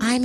I'm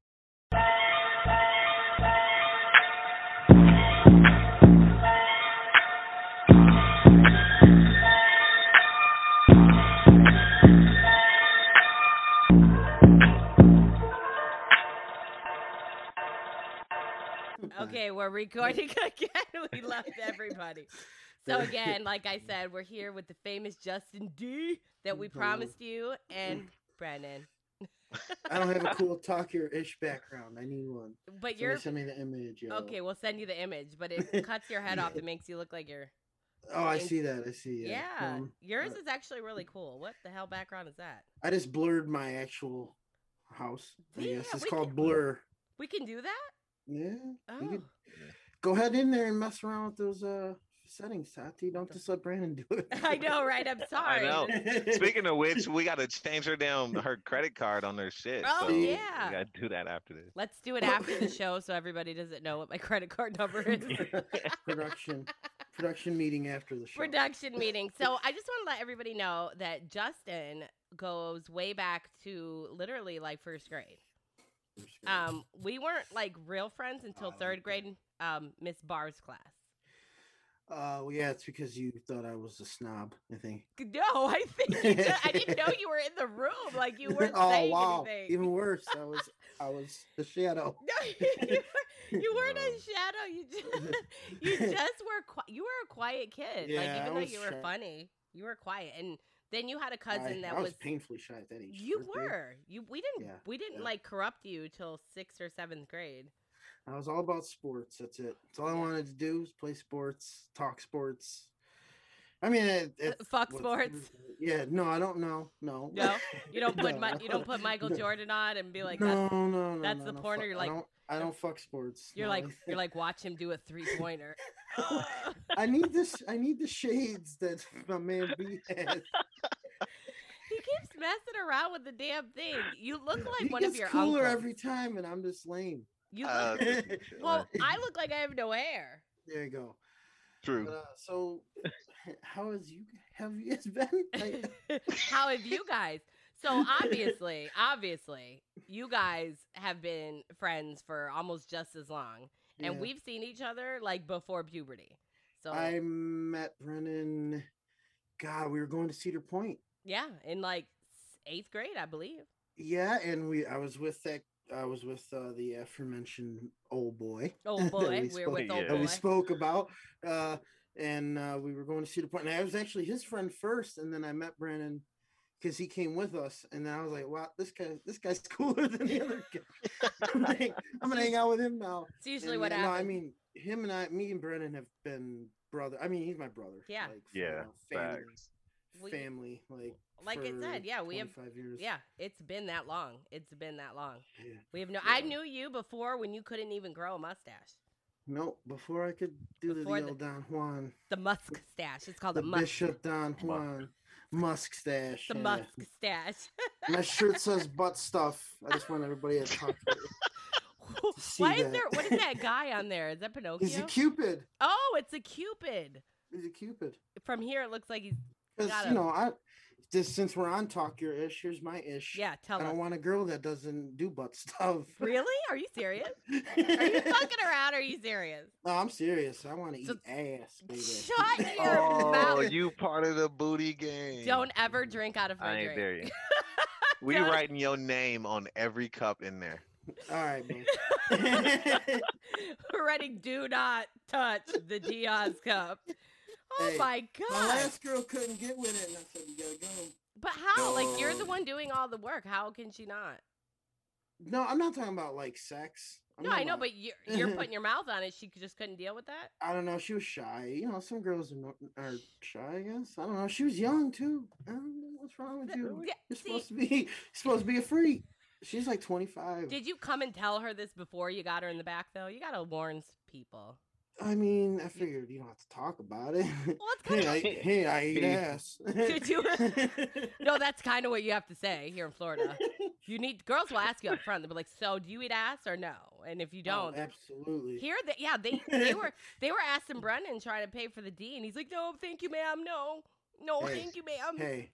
Okay, we're recording again. We left everybody. So again, like I said, we're here with the famous Justin D that Mm-hmm. we promised you and Brennan. I don't have a cool talkier ish background. I need one. But Somebody you're send me the image. yo. okay. We'll send you the image, but it cuts your head off. It makes you look like you're. Oh, I in- see that. I see. Yeah, Um, yours uh, is actually really cool. What the hell background is that? I just blurred my actual house. I Yeah, guess it's we called can- blur. We can do that. Yeah. Oh, we could- Go ahead in there and mess around with those uh settings, Tati. Don't just let Brandon do it. Oh, I know, right? I'm sorry. know. Speaking of which, we got to change her damn her credit card on her shit. Oh, so yeah. we got to do that after this. Let's do it after the show so everybody doesn't know what my credit card number is. production production meeting after the show. production meeting. So I just want to let everybody know that Justin goes way back to literally like first grade. Um, we weren't like real friends until Oh, third okay. grade, um, Miss Barr's class. Uh, well, yeah, it's because you thought I was a snob. I think. No, I think you did- I didn't know you were in the room. Like you weren't oh saying wow! anything. Even worse, I was I was the shadow. No, you, were, you weren't a Oh. No. shadow. You just you just were qui- you were a quiet kid. Yeah, like I even though was you were shy. funny, you were quiet. And then you had a I- cousin that I was, was painfully shy at that age. You first grade. were. You we didn't Yeah, we didn't yeah. like corrupt you till sixth or seventh grade. I was all about sports. That's it. That's all I Yeah. wanted to do was play sports, talk sports. I mean, it, it Fuck was- sports. Yeah, no, I don't know. No, No? You don't put No, my, you don't no, put Michael no. Jordan on and be like no, that's, no, no, that's no, the no, porn, or fuck- you're like- I don't, I don't fuck sports. you're no, like I- you're like watch him do a three pointer. I need this. I need the shades that my man B has. he keeps messing around with the damn thing. You look like he one gets of your cooler uncles. every time, and I'm just lame. You look, Uh, this is a well, chiller. I look like I have no hair. There you go. But, true. uh, so, how has you have you guys been? I- How have you guys? So obviously, obviously, you guys have been friends for almost just as long. and yeah. we've seen each other like before puberty. So I met Brennan. God, we were going to Cedar Point. yeah, in like s- eighth grade, I believe. Yeah, and we I was with that I was with uh, the aforementioned old boy. Oh that boy, we we are spoke- with old yeah. that boy. we spoke about. Uh, and uh, we were going to Cedar Point. And I was actually his friend first, and then I met Brennan because he came with us. And then I was like, wow, this guy this guy's cooler than the other guy. I'm, gonna hang, I'm gonna hang out with him now. It's usually And what yeah, happens. No, I mean him and I me and Brennan have been brother. I mean he's my brother. Yeah. Like, for, Yeah, you know, family. facts. We- family like Like I said, for yeah, we have- 25 years. yeah, it's been that long. It's been that long. Yeah. We have no. I Yeah. knew you before when you couldn't even grow a mustache. No, before I could do Before the the- old Don Juan, The musk stash. It's called the a musk. Bishop Don Mu- Juan, Musk stash. The yeah. musk stash. My shirt says butt stuff. I just want everybody to talk. to me. see Why is that. there? What is that guy on there? Is that Pinocchio? He's a Cupid. oh, it's a Cupid. He's a Cupid. From here, it looks like he's. Because Got you him. know, I just since we're on talk your ish, here's my ish. Yeah, I tell don't us. want a girl that doesn't do butt stuff. Really? Are you serious? Are you no, fucking around? Or are you serious? I'm serious. I want to eat So- ass, baby. Shut your Oh, mouth. you part of the booty game. Don't ever drink out of my I ain't drink. there yet. We Don't- writing your name on every cup in there. All right, man. We're writing do not touch the Dion's cup. Oh my Hey, My god. last girl couldn't get with it, and I said, "You gotta go." But how? Like you're the one doing all the work. How can she not? No, I'm not talking about like sex. I'm no, talking I know, about- but you're, you're putting your mouth on it. She just couldn't deal with that. I don't know. She was shy. You know, some girls are, not, are shy. I guess I don't know. She was young too. I don't know what's wrong with Th- you. yeah, You're see- supposed to be you're supposed to be a freak. She's like 25. Did you come and tell her this before you got her in the back though? You gotta warn s- people. I mean, I figured you don't have to talk about it. Well, it's kind hey, I, of hey, I eat Hey. ass. Oh, Did you- no. That's kind of what you have to say here in Florida. You need girls will ask you up front. They'll be like, "So, do you eat ass or no?" And if you Oh, don't, absolutely. here, they, yeah, they they were they were asking Brendan trying to pay for the D, and he's like, "No, thank you, ma'am. No, no, Hey, thank you, ma'am." hey,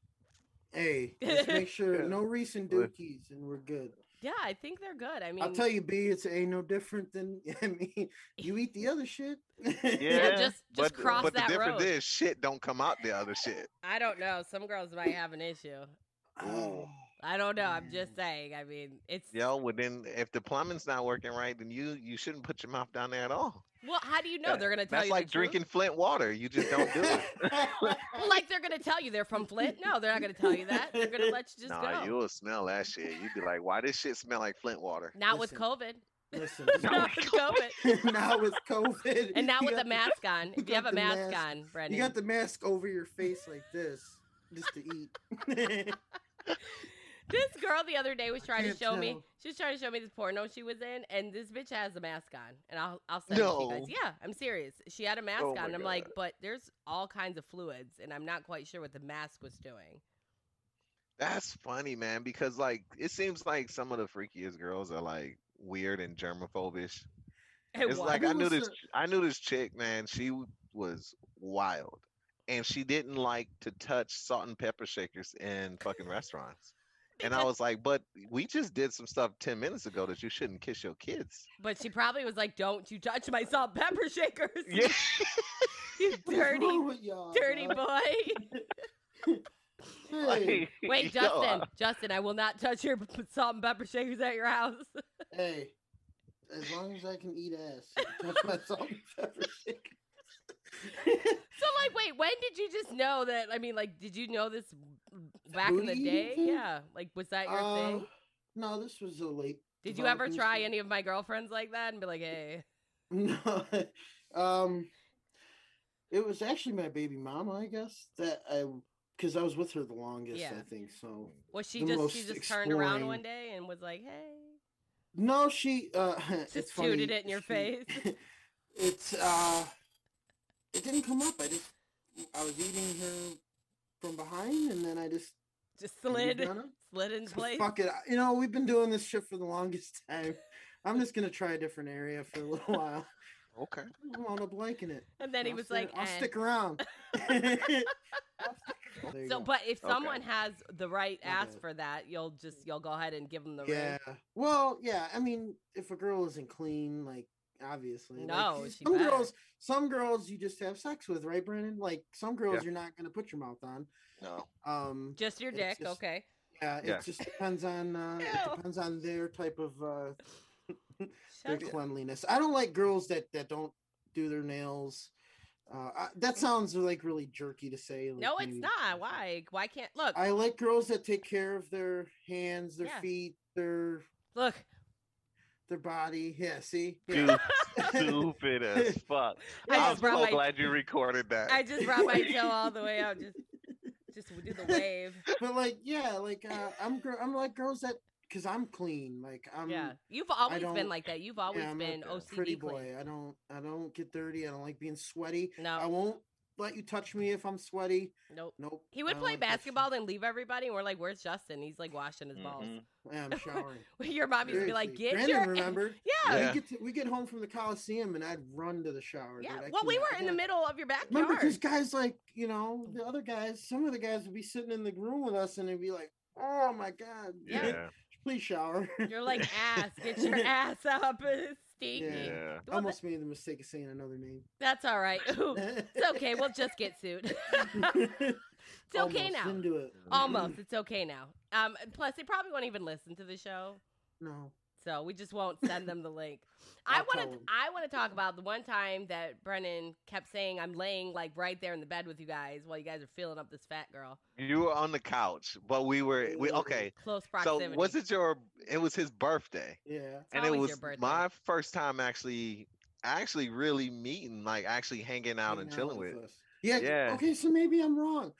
hey, just make sure no recent Look. dookies, and we're good. Yeah, I think they're good. I mean, I'll tell you, B, it's ain't no different than I mean, you eat the other shit. yeah, Yeah, just just but, cross but that the road. difference is shit don't come out the other shit. I don't know. Some girls might have an issue. Oh, I don't know. I'm just Mm. saying. I mean, it's Yo, well then if the plumbing's not working right, then you you shouldn't put your mouth down there at all. well. How do you know That- they're gonna tell That's you the like truth? drinking Flint water. You just don't do it. Well, like they're gonna tell you they're from Flint. No, they're not gonna tell you that. They're gonna let you just nah, go. you will smell that shit. You'd be like, why does shit smell like Flint water? Not with Listen. COVID. Listen, Not with COVID. now with COVID, And now you with got a the- mask on. If you got have a the mask, mask. on, Brendan. you got the mask over your face like this, just to eat. this girl the other day was trying to can't show me. tell. She was trying to show me this porno she was in, and this bitch has a mask on. And I'll I'll send it to you No. guys. Yeah, I'm serious. She had a mask Oh on. my And I'm like, but there's all kinds of fluids, and I'm not quite sure what the mask was doing. That's funny, man, because like it seems like some of the freakiest girls are like weird and germophobish. It it's was. like Who I knew was this the- I knew this chick, man. She w- was wild. And she didn't like to touch salt and pepper shakers in fucking restaurants. And I was like, but we just did some stuff 10 minutes ago that you shouldn't kiss your kids. But she probably was like, Don't you touch my salt and pepper shakers. Yeah. Oh you What's dirty wrong with y'all, dirty dog? boy. Hey, Wait, yo, Justin, Justin, I will not touch your p- salt and pepper shakers at your house. hey, as long as I can eat ass, and touch my salt and pepper shake. So, like, wait, when did you just know that? I mean, like, did you know this w- back in the Booty day? thing? Yeah, like, was that your Uh, thing? No, this was a late. Did you ever developing try thing. any of my girlfriends like that and be like, hey, No, um, it was actually my baby mama, I guess that I because I was with her the longest, Yeah. I think. So was she The just she most just turned around exploring- one day and was like, hey, no, she uh, it's Just funny, tooted it in your she- face? it's uh, it didn't come up. I just I was eating her from behind, and then I just just moved slid on up. slid in So place? Fuck it, you know we've been doing this shit for the longest time. I'm just gonna try a different area for a little while. Okay. I wound up liking it. And then he I'll was stay- like, I'll eh. stick around. I'll stick around. There you So, go. but if Okay. someone has the right I ass get it. for that, you'll just you'll go ahead and give them the yeah, well, yeah. I mean, if a girl isn't clean, like obviously, like, No, s- she some better. girls, some girls you just have sex with, right, Brandon? Like some girls you're not gonna put your mouth on. No. Um, Just your It's dick, just- okay? yeah, it Yeah. just depends on uh, Ew. it depends on their type of uh, their Shut up. cleanliness. I don't like girls that that don't do their nails. Uh, I, that sounds like really jerky to say. like, No, it's maybe- not. Why? Why can't look? I like girls that take care of their hands, their Yeah. feet, their Look, their body. Yeah, see. Yeah. You stupid as fuck. I I'm just brought so my glad you recorded that. I just brought my toe all the way out. Just just do the wave. but like, yeah, like uh, I'm gr- I'm like girls that because I'm clean. Like I'm yeah, you've always been Um, don't- like that. You've yeah, always I'm a been OCD pretty queen. boy. I don't I don't get dirty. I don't like being sweaty. I No, won't let you touch me if I'm sweaty. nope. Nope. He I would don't play like that shit. basketball and leave everybody, and we're like, "Where's Justin?" He's like washing his balls. Mhm. Yeah, I'm showering. Your mom used to be like, Seriously. "Get Brandon your remembered. yeah." Yeah. yeah. We get to, we get home from the Coliseum and I'd run to the shower. dude. I Well, we cannot- were in the yeah. middle of your Remember, backyard. because guys like you know the other guys, some of the guys would be sitting in the room with us, and they'd be like, "Oh my god, Yeah. please shower." You're like ass. Get your ass up. It's stinky. Yeah. Yeah. I Well, almost made the mistake of saying another name. That's all right. it's okay. We'll just get sued. it's okay Almost now. Didn't do it. Almost. It's okay now. Um, and plus, they probably won't even listen to the show, No. so we just won't send them the link. I I'll want tell to. 'em. I want to talk about the one time that Brennan kept saying, "I'm laying like right there in the bed with you guys while you guys are feeling up this fat girl." You were on the couch, but we were we Ooh. okay. Close proximity. So was it your it was his birthday. Yeah. It's and it always was your birthday. my first time actually actually really meeting like actually hanging out and hanging chilling with us. Yeah. Yeah. Okay, so maybe I'm wrong.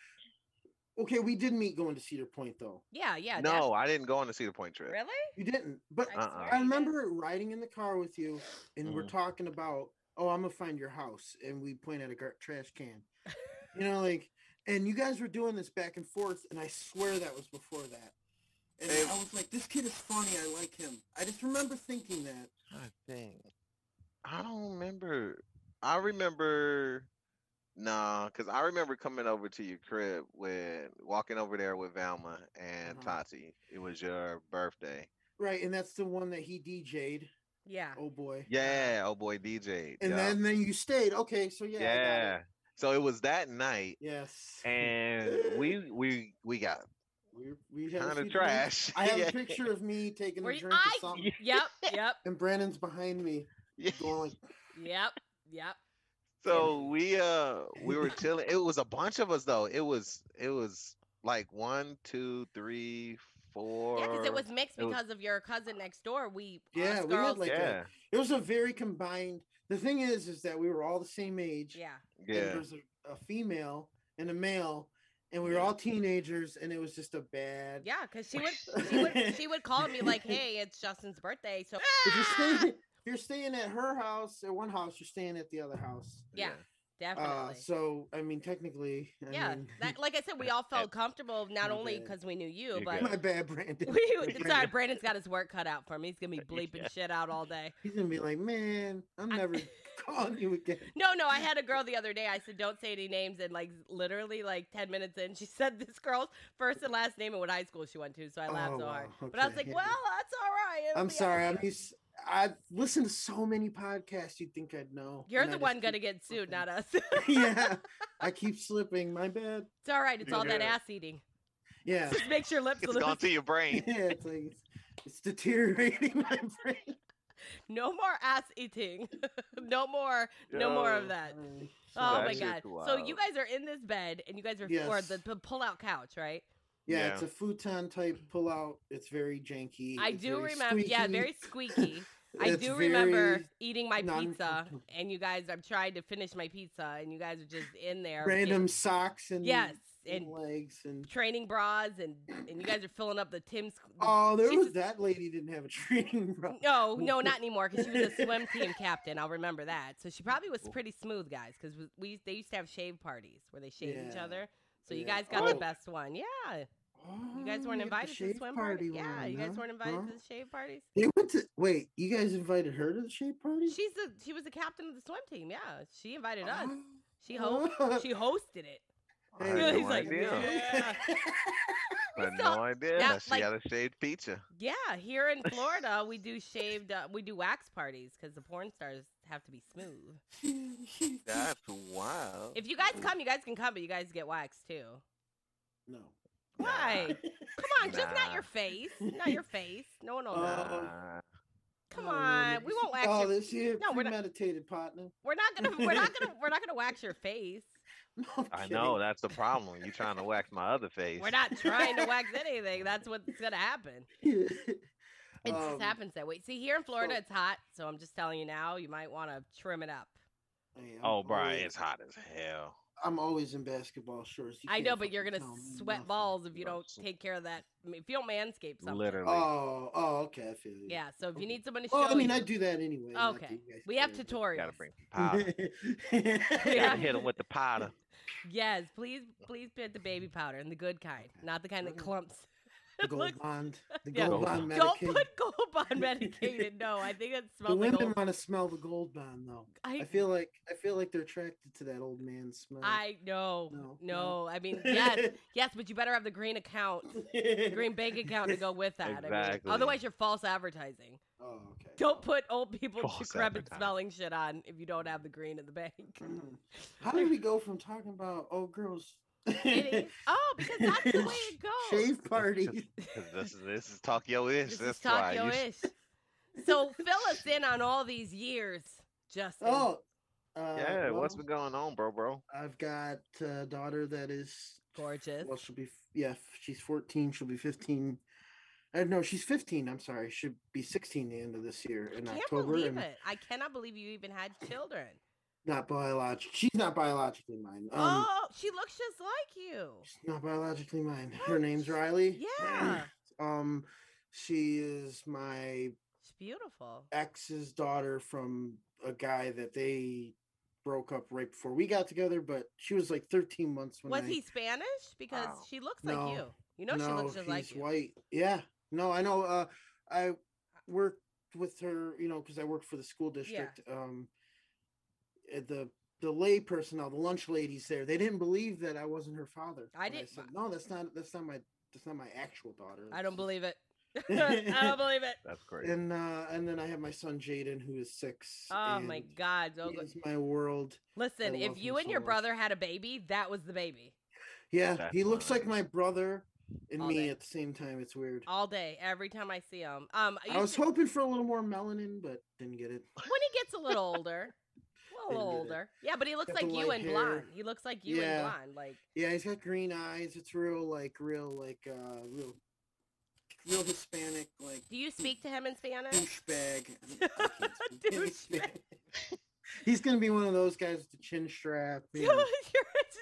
Okay, we did meet going to Cedar Point though. Yeah, yeah. that- no i didn't go on the cedar point trip really? You didn't, but I swear Uh-uh. you I Mm-hmm. did. remember riding in the car with you, and we're Mhm. talking about oh, I'm gonna find your house, and we point at a gar- trash can. you know, like, and you guys were doing this back and forth, and I swear that was before that. And Hey. I was like, this kid is funny. I like him. I just remember thinking that. I think I don't remember. I remember nah, cause I remember coming over to your crib when walking over there with Valma and Uh-huh. Tati. It was your birthday. Right, and that's the one that he DJ'd. Yeah. Oh boy. Yeah, oh boy, DJ. And then then you stayed. Okay, so yeah. I got it. yeah. So it was that night, Yes. and we we we got we we had a kind few of drinks. trash. I have Yeah. a picture of me taking Were a you- drink I- or something, Yeah. Yep. Yep. and Brandon's behind me Yeah. going like, Yep. Yep. So we uh we were chilling. It was a bunch of us though. It was it was like one, two, three, four. Yeah, because it was mixed it was- because of your cousin next door. We us Yeah, we had, girls- like, a- yeah, It was a very combined. The thing is, is that we were all the same age. yeah. and yeah. There was a, a female and a male, and we were Yeah. all teenagers, and it was just a bad. Yeah, because she would, she would she would call me like, "Hey, it's Justin's birthday." So If you're Ah! staying, if you're staying at her house, at one house, you're staying at the other house. yeah, Uh, definitely. so I mean, technically, I yeah, mean, that, like I said, we all felt comfortable not My only bad. because we knew you, You're but good. my bad, Brandon. we Brandon. sorry, Brandon's got his work cut out for him. He's gonna be bleeping Yeah. shit out all day. He's gonna be like, man, I'm I- never calling you again. No, no, I had a girl the other day. I said, "Don't say any names," and like literally like ten minutes in, she said this girl's first and last name and what high school she went to. So I laughed Oh, so hard. wow, But I was okay, like, yeah. "Well, that's all right." it'll I'm be all sorry. I'm right." used. I've listened to so many podcasts. You'd think I'd know. You're and I the just one keep- gonna get sued, slipping. not us. yeah, I keep slipping. My bad. it's all right. It's You're all that good. ass eating. Yeah, Just makes your lips a It's little. gone to yeah. your brain. It's like it's, it's deteriorating my brain. No more ass eating. no more. No more of Yo. that. Um, Oh my shit's god. So you wild. guys are in this bed and you guys are or Yes. the, the pull out couch, right? yeah, Yeah. it's a futon type pull out. It's very janky. I it's do very remember yeah, squeaky, very squeaky. I it's do remember very eating my non- pizza and you guys I'm trying to finish my pizza and you guys are just in there with random your socks and Yes. and And legs and training bras and and you guys are filling up the Tim's oh, there was Jesus. that lady didn't have a training bra. No, no, not anymore because she was a swim team captain. I'll remember that. So she probably Oh. was pretty smooth, guys, because we, we they used to have shave parties where they shave each Yeah. other. So you Yeah. guys got Oh. the best one. Yeah, you guys weren't Oh, you had the invited to the shave swim party. party yeah, one, you guys huh? weren't invited Huh? to the shave parties. They went to wait. You guys invited her to the shave party. She's the she was the captain of the swim team. Yeah, she invited us. Oh. She ho- she hosted it. I Hey, had Yeah, no he's like, idea. I had saw- no idea now, that she like- had a shaved pizza. Yeah, here in Florida we do shaved uh, we do wax parties because the porn stars have to be smooth. That's wild. If you guys Oh come, you guys can come, but you guys get waxed too. no. Nah. Why? Come on, just not your Nah. face. Not your face. No one will know. Uh, Nah. Come Oh, on, man, we this- won't wax Oh, your. this here No, we're not- premeditated partner. We're not gonna. We're not gonna. We're not gonna wax your face. No, I'm I kidding. know that's the problem. You trying to wax my other face? We're not trying to wax anything. That's what's gonna happen. It Um, just happens that way. See, here in Florida, so- it's hot, so I'm just telling you now. You might want to trim it up. hey, I'm Oh, Brian, always- it's hot as hell. I'm always in basketball shorts. You I can't know, but you're fucking gonna tell me sweat nothing. balls if you Bro, don't so- take care of that. I mean, If you don't manscape something. Literally. Oh, oh, okay, I feel you. Yeah. So if Okay. you need someone to show Oh, I mean, you, I do that anyway. not that Okay. you guys we have care, but- tutorials. Gotta bring the powder. Yeah. Gotta hit him with the powder. Yes, please, please put the baby powder and the good kind, Okay. not the kind that Okay. clumps. The It gold looks- bond. The Yeah. gold Gold bond Don't medicated. put gold bond medicated. No, I think it The smells like women old. want to smell the gold bond though. I, I feel like I feel like they're attracted to that old man smell. I know. No, No, no. I mean yes, yes, but you better have the green account, green bank account to go with that. I mean, Exactly. otherwise, you're false advertising. Oh, okay. Don't put old people False decrepit advertising. smelling shit on if you don't have the green in the bank. Mm. How did we go from talking about old girls? Kidding. oh, because that's the way it goes. Shave party. 'Cause This is this is Tokyo ish. This is That's why Tokyo you sh- ish. So fill us in on all these years, Justin. Oh, uh, Yeah, what's well, been going on, bro, bro? I've got a daughter that is gorgeous. well, she'll be f- yeah, f- she's fourteen. She'll be fifteen. Uh, no, she's fifteen. I'm sorry, she'll be sixteen the end of this year I in can't October. believe and it. I cannot believe you even had children. Not biologic. She's not biologically mine. Um, oh, she looks just like you. she's not biologically mine. Her What? name's Riley. Yeah, um, she is my she's beautiful. ex's daughter from a guy that they broke up right before we got together, but she was like 13 months when Was I- he Spanish? Because Wow. she looks like No. you. You know she looks just like he's you. white. Yeah. No, I know. Uh, I worked with her, you know, because I worked for the school district. Um, uh, the the lay personnel, the lunch ladies there, they didn't believe that I wasn't her father. I And didn't- said, no, that's not. That's not my. That's not my actual daughter. I don't believe it. I don't believe it. That's It. crazy. And uh, and then I have my son Jaden, who is six. Oh my and God. so he good. is my world. Listen, I if love him you and so your much. brother had a baby, that was the baby. Yeah, That's he looks like mine. my brother and All me day. at the same time. It's weird. All day, every time I see him. Um, you I was should- hoping for a little more melanin, but didn't get it. when he gets a little older, a little Didn't get it. older. Yeah, but he looks Got like the you white and hair. blonde. He looks like you and Yeah. blonde. Like Yeah, he's got green eyes. It's real like real like uh real real Hispanic like Do you speak to him in Spanish? douchebag. I can't speak any Douchebag. Spanish. he's gonna be one of those guys with the chin strap. You You're know. just-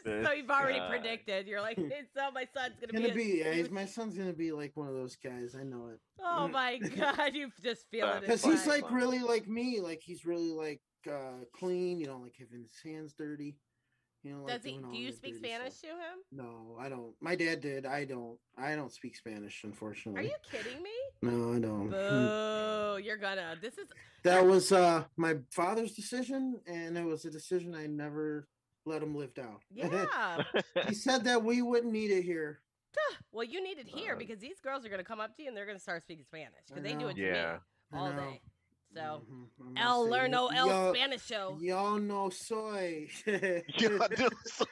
so This you've already guy. predicted. You're like, it's so my son's gonna, Gonna a be yeah, he's, huge- my son's gonna be like one of those guys. I know it Oh my god, you just feel it. Because because That's he's Right. like really like me. Like he's really like uh clean. You know, like having his hands dirty. You know, like does he? doing all Do you that speak dirty Spanish stuff. to him? No, I don't. My dad did. I don't. I don't speak Spanish, unfortunately. Are you kidding me? No, I don't. Mm. Boo! You're gonna. This is that was uh my father's decision and it was a decision i never let him live down yeah. he said that we wouldn't need it here well, you need it here Uh, because these girls are gonna come up to you and they're gonna start speaking Spanish I because they do know. it to Yeah. me I all know. day. So Mhm, I'm not El saying it. Lerno El Yo- Spanish show. yo no soy Yeah, dude, so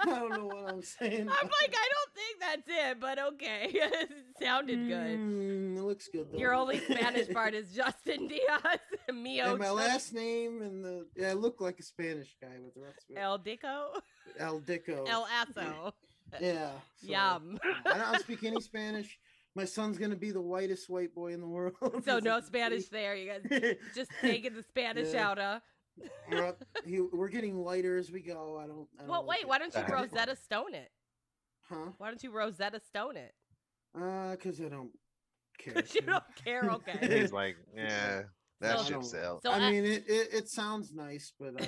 i don't know what i'm saying I'm like, I don't think that's it, but okay. it sounded good. Mm, it looks good though. Your only Spanish part is Justin Diaz, Mio, and my Ch- last name and the yeah, I look like a Spanish guy with the rest of it. El Dico, El Dico. El Aso. Oh. yeah. so, Yum. I don't speak any Spanish. My son's gonna be the whitest white boy in the world. So no Spanish there. You guys just taking the Spanish Yeah. out of. we're, he, we're getting lighter as we go. I don't. I don't Well, like wait. it. Why don't you That's Rosetta Stone it? Huh? Why don't you Rosetta Stone it? Uh, because I don't care. 'Cause you don't care. And Okay. he's like, yeah, that So- So- ship sailed. So I I- mean, it, it it sounds nice, but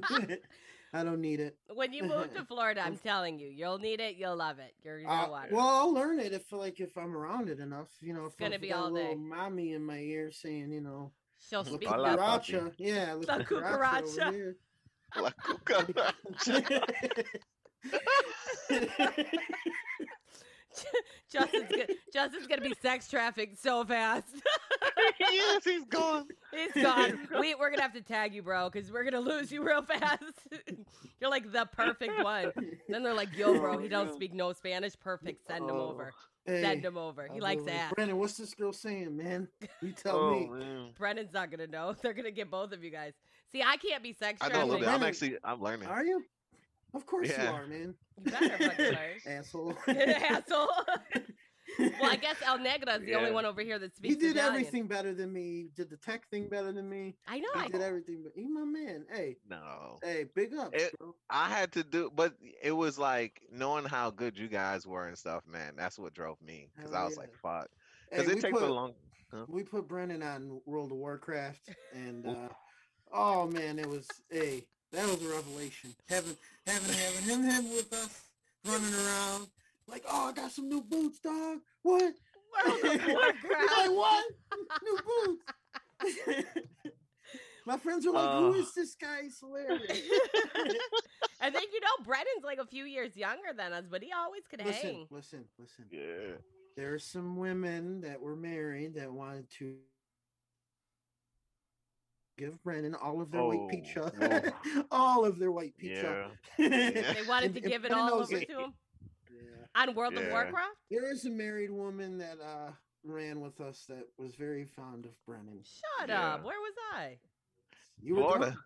I, I don't need it. when you move to Florida, I'm telling you, you'll need it. You'll love it. You're gonna Uh, want it. well, I'll learn it if like if I'm around it enough. You know, if gonna I've be got a all little day. mommy in my ear saying, you know, She'll "La speak Hola, up. papi. cucaracha." Yeah, La la cucaracha. over cucaracha. here. La cucaracha. Justin's gonna, Justin's gonna be sex trafficked so fast. yes, he's gone. He's gone. We, we're gonna have to tag you, bro, because we're gonna lose you real fast. You're like the perfect one. Then they're like, "Yo, bro, he don't speak no Spanish. Perfect. Send him over. Send Hey, him over. He I'll be likes like, ass." Brandon, what's this girl saying, man? You tell Oh, me. man. Brennan's not gonna know. They're gonna get both of you guys. See, I can't be sex I know a trafficked. little bit. I'm Brandon, actually, I'm learning. Are you? Of course Yeah. you are, man. You better fucking learn. Asshole. Asshole. well, I guess El Negra is the only Yeah. one over here that speaks. he did Italian. everything better than me. He did the tech thing better than me. I know. He I- did everything. But he's my man. Hey, No. hey, big up, It- bro. I had to do, but it was like knowing how good you guys were and stuff, man. That's what drove me because Hell I was yeah. like, fuck. Hey, Because we it takes put, a long. We put Brennan on World of Warcraft, and Oof. uh, oh man, it was hey, that was a revelation. Having having having him him with us running around. Like, oh, I got some new boots, dog. What? World of He's Warcraft. like, what? New boots. My friends were like, Oh. who is this guy? He's hilarious. and then you know, Brennan's like a few years younger than us, but he always could Listen, hang. listen, listen. Yeah. There are some women that were married that wanted to give Brennan all of their white pizza. Oh, all of their white pizza. Yeah. They wanted And- to and give it Brennan all knows over it. to him Yeah. on World of Yeah. Warcraft. There is a married woman that uh, ran with us that was very fond of Brennan. Shut Yeah. up. Where was I? You were Florida. drunk.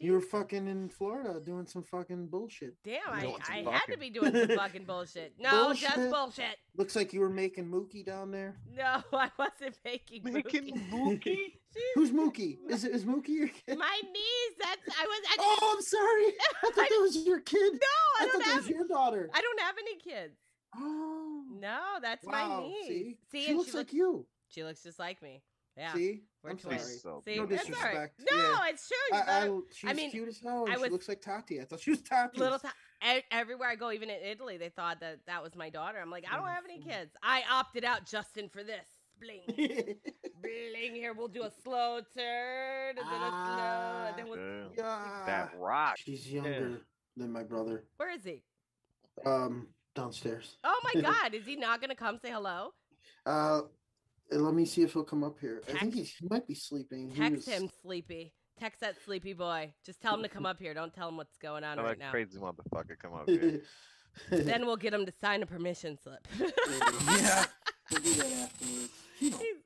You were Jeez. fucking in Florida doing some fucking bullshit. Damn, I, Doing I some had to fucking- be doing some fucking bullshit. No, just Bullshit. bullshit. Looks like you were making Mookie down there. No, I wasn't making Making cookies. Mookie? She's- Who's Mookie? Is it is Mookie your kid? My niece. That's I was. I, Oh, I'm sorry. I thought that was your kid. no, I, I don't thought that have. was your daughter. I don't have any kids. Oh. No, that's my Wow, niece. see? See, she and looks she like looks. you. She looks just like me. Yeah. See, we're I'm sorry. twins. She's so See, no that's all right. disrespect. No, Yeah. it's true. You I, gotta- I, she's mean, cute as hell. and I she was- looks like Tati. I thought she was Tati. little time everywhere I go, even in Italy, they thought that that was my daughter. I'm like, I don't Yeah, have any sure. kids. I opted out, Justin, for this. Bling, bling. Here, we'll do a slow turn, and then a Ah, slow, and then we'll. Damn, yeah. That Ah, rock. She's younger than my brother. Where is he? Um, downstairs. Oh my God, is he not gonna come say hello? Uh, and let me see if he'll come up here. I think Text- he's, he might be sleeping. He Text was- him, sleepy. Text that sleepy boy. Just tell him to come up here. Don't tell him what's going on That right like now. crazy motherfucker come up here. Then we'll get him to sign a permission slip. yeah. We'll do that afterwards. He don't He's-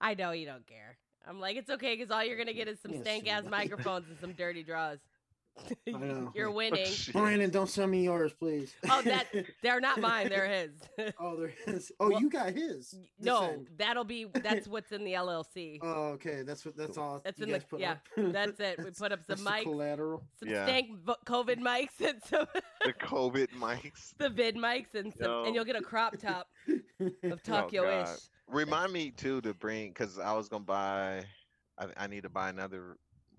I know you don't care. I'm like, it's okay because all you're gonna get is some Yes, stank you ass will. microphones and some dirty draws. know. you're winning. Oh, Shit. Brandon, don't send me yours, please. Oh, that- They're not mine. They're his. oh, there is. Oh, Well, you got his. Y- to no, send. that'll be that's what's in the LLC. Oh, okay. That's what. That's all. That's you in the- guys put yeah, up. that's it. We That's- put up some that's the mics, Collateral. some Yeah. stank vo- COVID mics, and some the COVID mics. the vid mics, and some, Yo. and you'll get a crop top of Oh, Tokyo ish. God. Remind me too to bring because I was gonna buy. I, I need to buy another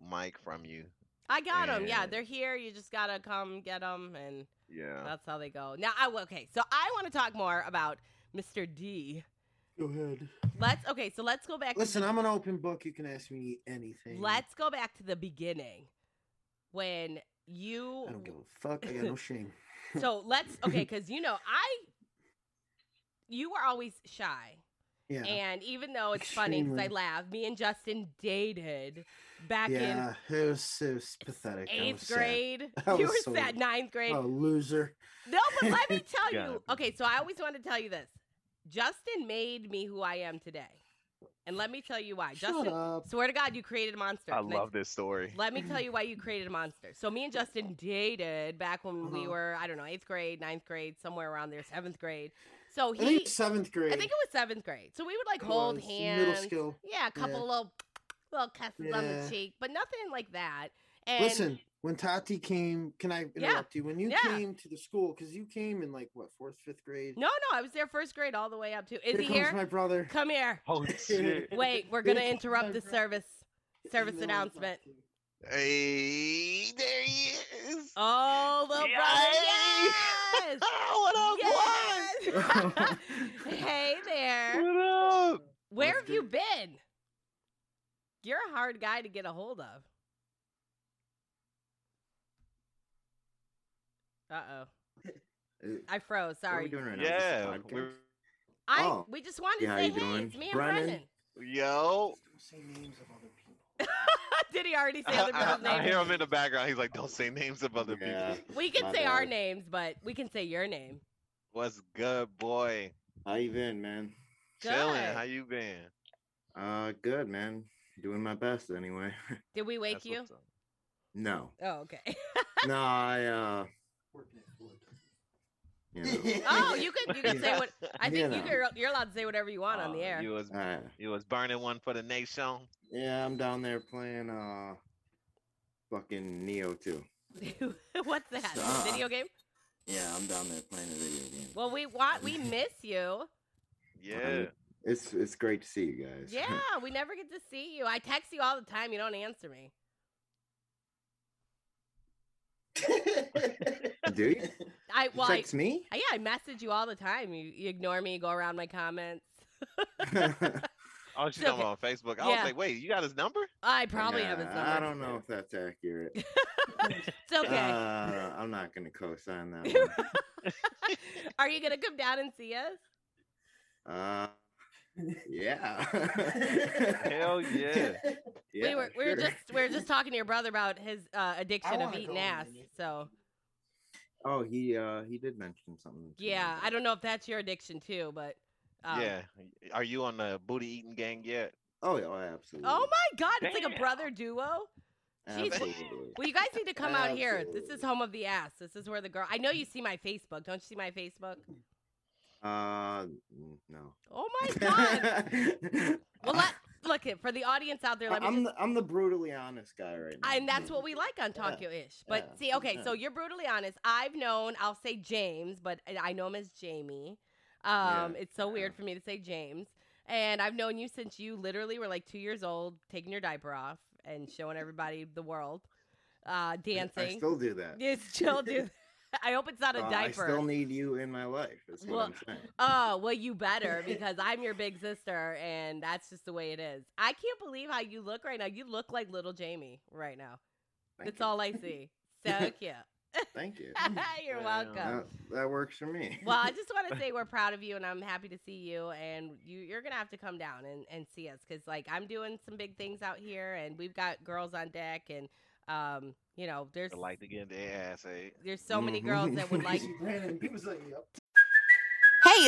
mic from you. I got them. Yeah, Man. they're here. You just gotta come get them, and Yeah. that's how they go. Now, I okay. So I want to talk more about Mr. D. Go ahead. Let's okay. So let's go back. Listen, to I'm an open book. You can ask me the, anything. let's go back to the beginning when you I don't give a fuck. I got no shame. So let's okay, because you know I, you were always shy, Yeah. and even though it's funny 'cause I Extremely. laugh, me and Justin dated back yeah. It was, it was pathetic. in I was eighth sad. grade. I You was were so- sad ninth grade. Oh, loser. No, but let me tell Yeah. you. Okay, so I always wanted to tell you this. Justin made me who I am today, and let me tell you why. Shut Justin, up. swear to God, you created a monster. I Can I love this story. let me tell you why you created a monster. So me and Justin dated back when we Uh-huh. were, I don't know, eighth grade, ninth grade, somewhere around there, seventh grade. So I think he, it's seventh grade. I think it was seventh grade. So we would like It hold was Middle hands. school. Yeah, a couple little little cusses on the Yeah. cheek, but nothing like that. And Listen, when Tati came, can I Yeah. interrupt you? When you Yeah. came to the school, because you came in like what fourth, fifth grade. no, no, I was there first grade all the way up to. Is here he comes here? my brother. Come here. Oh shit. Wait, we're Here gonna comes my interrupt the brother. service service No, announcement. Tati. hey, there he is. Oh, little Yeah. brother, yes. Oh, what up, Yes! hey there. boy? What up? Where What's have you been? You're a hard guy to get a hold of. Uh oh. Uh, I froze. What are Sorry. we doing right now? Is this a Yeah. podcast? we're- I Oh. we just wanted Yeah, to how say you hey, doing? it's me and Brennan? Brennan. Yo. Don't say names of other people. Did he already say I, other people's I- I hear names? him in the background. He's like, "Don't say names of other Yeah. people." We can My say our bad. names, but we can say your name. What's good, boy? How you been, man? Chilling. Good. How you been? Uh, good, man. Doing my best anyway. Did we wake That's you? what's up. no, Oh, okay. no, I uh, Working at Ford. you know, Oh, you could you could say what I You think you know. could, you're allowed to say whatever you want on Uh, the air. You was I, you was burning one for the nation. yeah, I'm down there playing uh, fucking Neo too. What's that? A Stop. Video game? Yeah, I'm down there playing a video game. Well, we want we miss you. Yeah. it's it's great to see you guys. Yeah, we never get to see you. I text you all the time. You don't answer me. do you? I You well, I, text me? I- yeah, I message you all the time. You, you ignore me. Go around my comments. Oh, she's It's talking about Facebook. I Yeah. was like, wait, you got his number? I probably have his Nah, number. I don't know if that's accurate. It's okay. Uh, I'm not gonna co-sign that one. Are you gonna come down and see us? Uh, yeah. Hell yeah. we Yeah, were we were sure. just we were just talking to your brother about his uh, addiction of wanna eating go, ass. Manny. So Oh, he uh he did mention something. to me yeah, about- I don't know if that's your addiction too, but um, yeah. Are you on the booty eating gang yet? Oh yeah, oh, absolutely. Oh my god, it's like a Damn. brother duo. jeez, what- Absolutely. Well, you guys need to come out here. This is Absolutely. home of the ass. This is where the girl. I know you see my Facebook. Don't you see my Facebook? Uh, n- no. Oh my god. well, let I- look it for the audience out there. Let me. I'm just, the I'm the brutally honest guy right now. Hmm. and that's what we like on Yeah, Tokyo Ish. But yeah, see, okay, so yeah. you're brutally honest. I've known. I'll say James, but I- I know him as Jamie. Yeah, Um, it's so weird yeah. for me to say James. And I've known you since you literally were like two years old, taking your diaper off and showing everybody the world, uh, I dancing. still do that. Yes, still do. I hope it's not a Uh, I diaper. still need you in my life. That's what Well, I'm saying. Oh, well, you better because I'm your big sister, and that's just the way it is. I can't believe how you look right now. You look like little Jamie right now. Thank that's you. all I see. So cute. Thank you. You're Yeah. welcome. That, that works for me. Well, I just want to say we're proud of you, and I'm happy to see you. And you, you're gonna have to come down and, and see us because, like, I'm doing some big things out here, and we've got girls on deck, and um, you know, there's I'd like to get their ass ate. there's so many Mhm. girls that would like. Brandon, he was like, yep. Hey,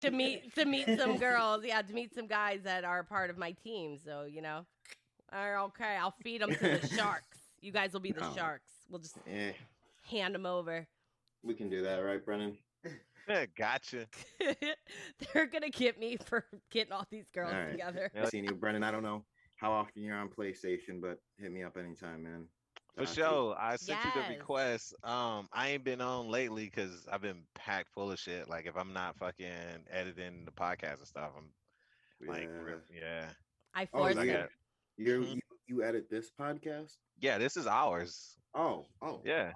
to meet to meet some girls. Yeah, to meet some guys that are part of my team. So you know, are okay. I'll feed them to the sharks. You guys will be the Oh. sharks. We'll just yeah, hand them over. Eh, we can do that, right, Brennan? Yeah, gotcha. They're gonna get me for getting all these girls All right. together. I seen you, Brennan. I don't know how often you're on PlayStation, but hit me up anytime, man. For Got you. sure. I sent you the Yes. request. Um, I ain't been on lately because I've been packed full of shit. Like if I'm not fucking editing the podcast and stuff, I'm like, Yeah. rip- yeah, I Oh, forced you, it. them. got- you're- Mhm. you you edit this podcast? yeah. This is ours. Oh, oh, Yeah.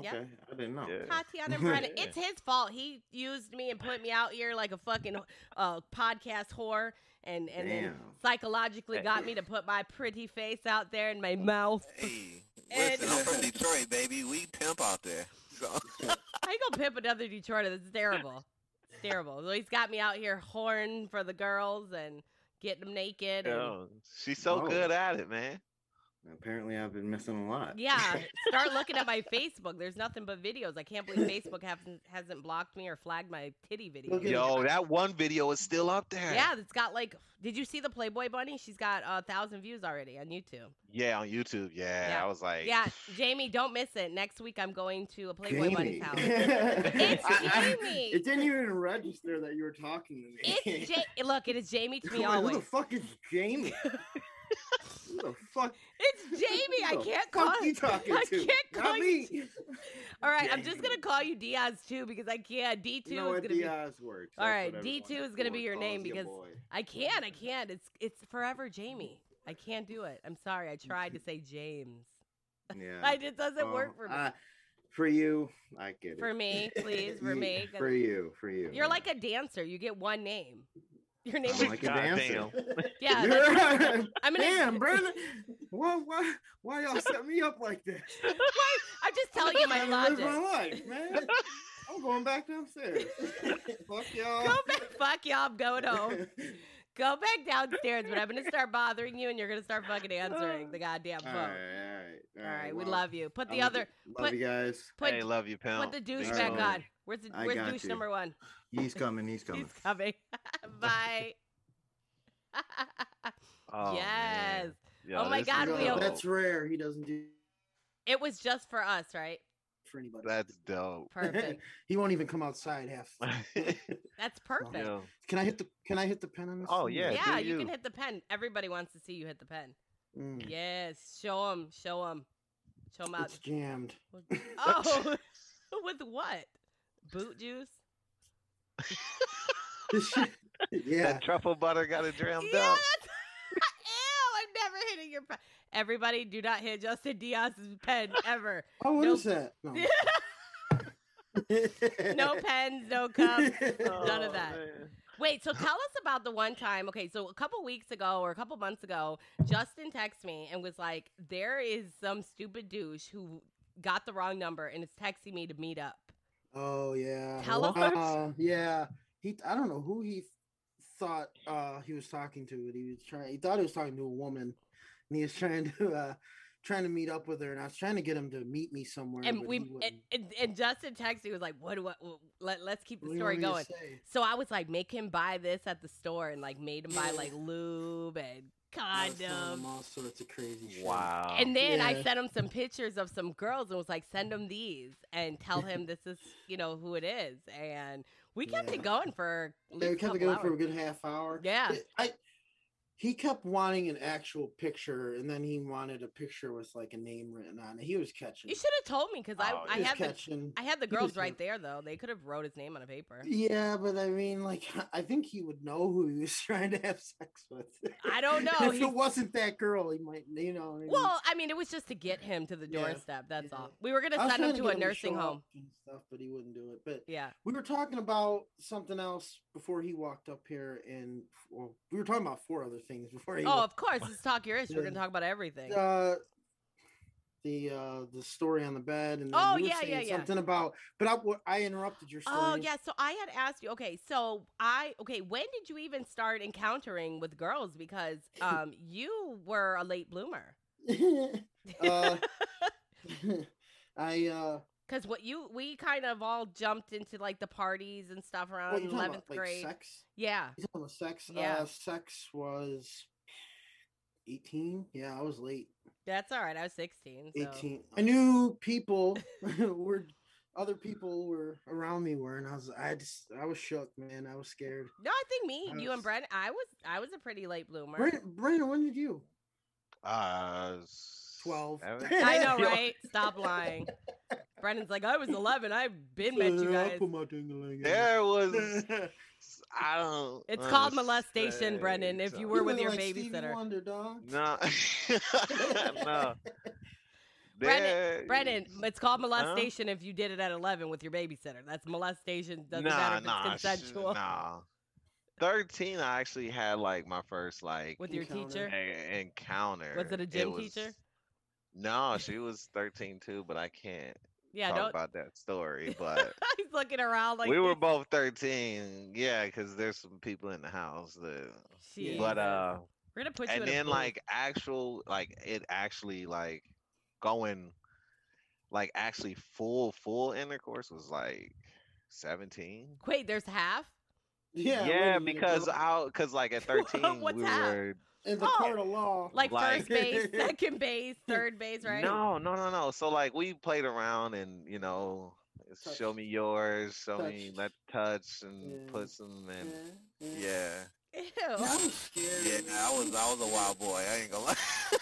Yep. Okay, I didn't know. Yeah. Tatiana Brennan. Yeah. It's his fault. He used me and put me out here like a fucking uh, podcast whore, and and then Damn. psychologically Hey. got me to put my pretty face out there in my mouth. Hey, And- listen, I'm from Detroit, baby. We pimp out there. So I ain't gonna pimp another Detroiter. That's terrible. It's terrible. So he's got me out here whoring for the girls and getting them naked. and- Yo, she's so Oh. good at it, man. Apparently, I've been missing a lot. yeah. Start looking at my Facebook. There's nothing but videos. I can't believe Facebook hasn't hasn't blocked me or flagged my titty video. Look at- Yo, that one video is still up there. Yeah, it's got like. Did you see the Playboy Bunny? She's got a thousand views already on YouTube. Yeah, on YouTube. Yeah, Yeah. I was like, Yeah, Jamie, don't miss it. Next week I'm going to a Playboy Bunny's Jamie. house. it's I- Jamie. It didn't even register that you were talking to me. It's ja- look, it is Jamie to me Wait, who always. the fuck is Jamie? who the fuck? It's Jamie. I who the can't fuck call. you talking I to? can't call Not you. me. All right, I'm just Jamie. gonna call you Diaz too because I can't. D two You know is what? gonna be. Diaz works. All That's right, what D2 everyone is gonna be calls your name your because- boy. I can't. I can't. It's it's forever Jamie. I can't do it. I'm sorry. I tried to say James. Yeah. I it doesn't Uh, well, work for me. I- for you, I get it. For me, please, for You- me, 'cause- For you, for you. yeah. You're like a dancer. You get one name. Your name I'm is like a dancer. goddamn. yeah. that's- You're- I'm gonna. Damn, Brandon. Why, why, why y'all set me up like that? I just tell you my I'm trying to live logic. my life, man. I'm going back downstairs. Fuck y'all. Go back. Fuck y'all. I'm going home. Go back downstairs, but I'm gonna start bothering you, and you're gonna start fucking answering the goddamn All phone. right, all right, All right, we well, love you. Put the I'ma other. get- put- Love you guys. Put hey, love you, pal. Put the douche Thanks, back Mom. on. Where's the I where's got douche you. number one? He's coming. He's coming. He's coming. Bye. Oh, yes. man. Yo, Oh my this God, is we No, all- dope. that's rare. He doesn't do It was just for us, right? it for anybody. that's dope. Perfect. he won't even come outside half. the time. That's perfect. Yo. can I hit the Can I hit the pen on this? Oh, thing? yeah, Yeah, do you can you. hit the pen. Everybody wants to see you hit the pen. Mm, Yes. Show them. Show them. Show them out. it's jammed. Oh, with what? Boot juice? This shit- yeah. That truffle butter got it Yeah, drammed up. that's. Ew, I'm never hitting your pen. Everybody, do not hit Justin Diaz's pen ever. Oh, what no- is that? No pens, no cups. None of Oh, that. man. Wait, so tell us about the one time. Okay, so a couple weeks ago or a couple months ago, Justin texted me and was like, "There is some stupid douche who got the wrong number and is texting me to meet up." Oh yeah. Tell us- What? Uh, yeah. He I don't know who he thought uh he was talking to, but he was trying he thought he was talking to a woman and he was trying to uh trying to meet up with her and I was trying to get him to meet me somewhere. And but we he and, wouldn't. and, and Justin texted me was like, "What do I? w- Let, let's keep What the do you story want me to going." say? So I was like, "Make him buy this at the store," and like made him buy like lube and I was telling condom. him all sorts of crazy shit. Wow. And then I Oh, Yeah. sent him some pictures of some girls and was like, send him these and tell him this is, you know, who it is. And we kept Yeah. it going for at Yeah, we least a kept it couple going for a hours. good half hour. Yeah. It- I he kept wanting an actual picture, and then he wanted a picture with like a name written on it. He was catching. You should have told me because Oh, I, I he was had the catching. I had the He was girls right good. there though. They could have wrote his name on a paper. Yeah, but I mean, like, I think he would know who he was trying to have sex with. I don't know, if he's- it wasn't that girl, he might, you know. what I mean? Well, I mean, it was just to get him to the Yeah, doorstep. That's yeah. all. We were I gonna was send trying him to a get nursing show home. up and stuff, but he wouldn't do it. But Yeah. we were talking about something else before he walked up here, and well, we were talking about four other things before he. Oh, walked of course. Let's talk your issue. We're Yeah. gonna talk about everything. uh, the uh the story on the bed and then Oh, you were yeah, saying yeah, yeah. something about but I wa- I interrupted your story. Oh yeah, so I had asked you. Okay, so I okay. When did you even start encountering with girls? Because um, you were a late bloomer. uh, I uh Because what you we kind of all jumped into like the parties and stuff what around you talking about eleventh like grade. sex? Yeah. You talking about sex? Yeah. Uh, sex was 18 yeah i was late That's all right. I was sixteen. So. 18 i knew people were other people were around me were and i was i just i was shook man i was scared No, I think me, I you, and was- Brent. I was I was a pretty late bloomer. brandon, brandon when did you Uh, 12 seven- I know, Yo, right? Stop lying. Brennan's like, I was eleven. I've been met you Yeah, I guys. put my ding-a-ling in. There was. I don't. It's called understand molestation, Brennan, if you something. were You with look your like Stevie babysitter. Wonder, dog. No. no. Brennan- Brennan, There- it's called molestation if you did it at 11 with your babysitter. That's molestation. Doesn't matter if it's sh- consensual. Nah. 13, I actually had like my first like With your Encounter. teacher? e- encounter. Was it a gym was- teacher? No, she was 13 too, but I can't Yeah, talk don't. about that story. But He's looking around like we were he's- both 13. Yeah, because there's some people in the house that. Jesus. But uh, we're gonna put you and in a then booth. like actual like it actually like going like actually full full intercourse was like 17 wait, there's half. Yeah, wait yeah a minute, because dog. I because like at 13 What's we that? were in the Oh. court of law, Like, Like- first base, second base, third base, right? no no no no so like we played around and you know it's Touch. show me yours show me Touch. let touch and Yeah. put some and yeah, yeah, Ew. I was scared. Yeah, man. I was I was a wild boy. I ain't gonna lie.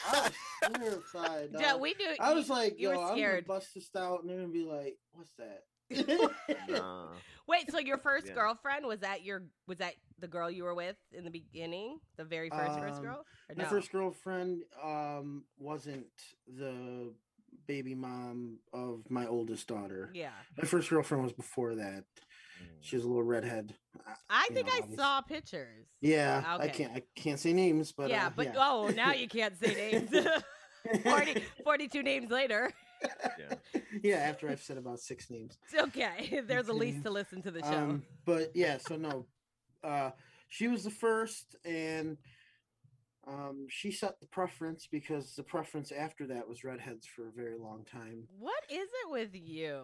I was terrified. Yeah, dog. we do. I was like, you yo, were I'm gonna scared. bust this out, and they're gonna be like, "What's that?" Nah. wait. So your first Yeah. girlfriend was that your was that the girl you were with in the beginning, the very first first Um, girl? Or My no? first girlfriend um wasn't the baby mom of my oldest daughter. yeah. My first girlfriend was before that. Mm. She was a little redhead. Uh, I you think know, I obvious- saw pictures. Yeah, I Okay. can't. I can't say names, but yeah, uh, but oh, now you can't say names. 40, 42 names later. yeah, after I've said about six names. It's okay. There's a least Okay. to listen to the show. Um, but yeah, so no, uh, she was the first, and um, she set the preference because the preference after that was redheads for a very long time. what is it with you?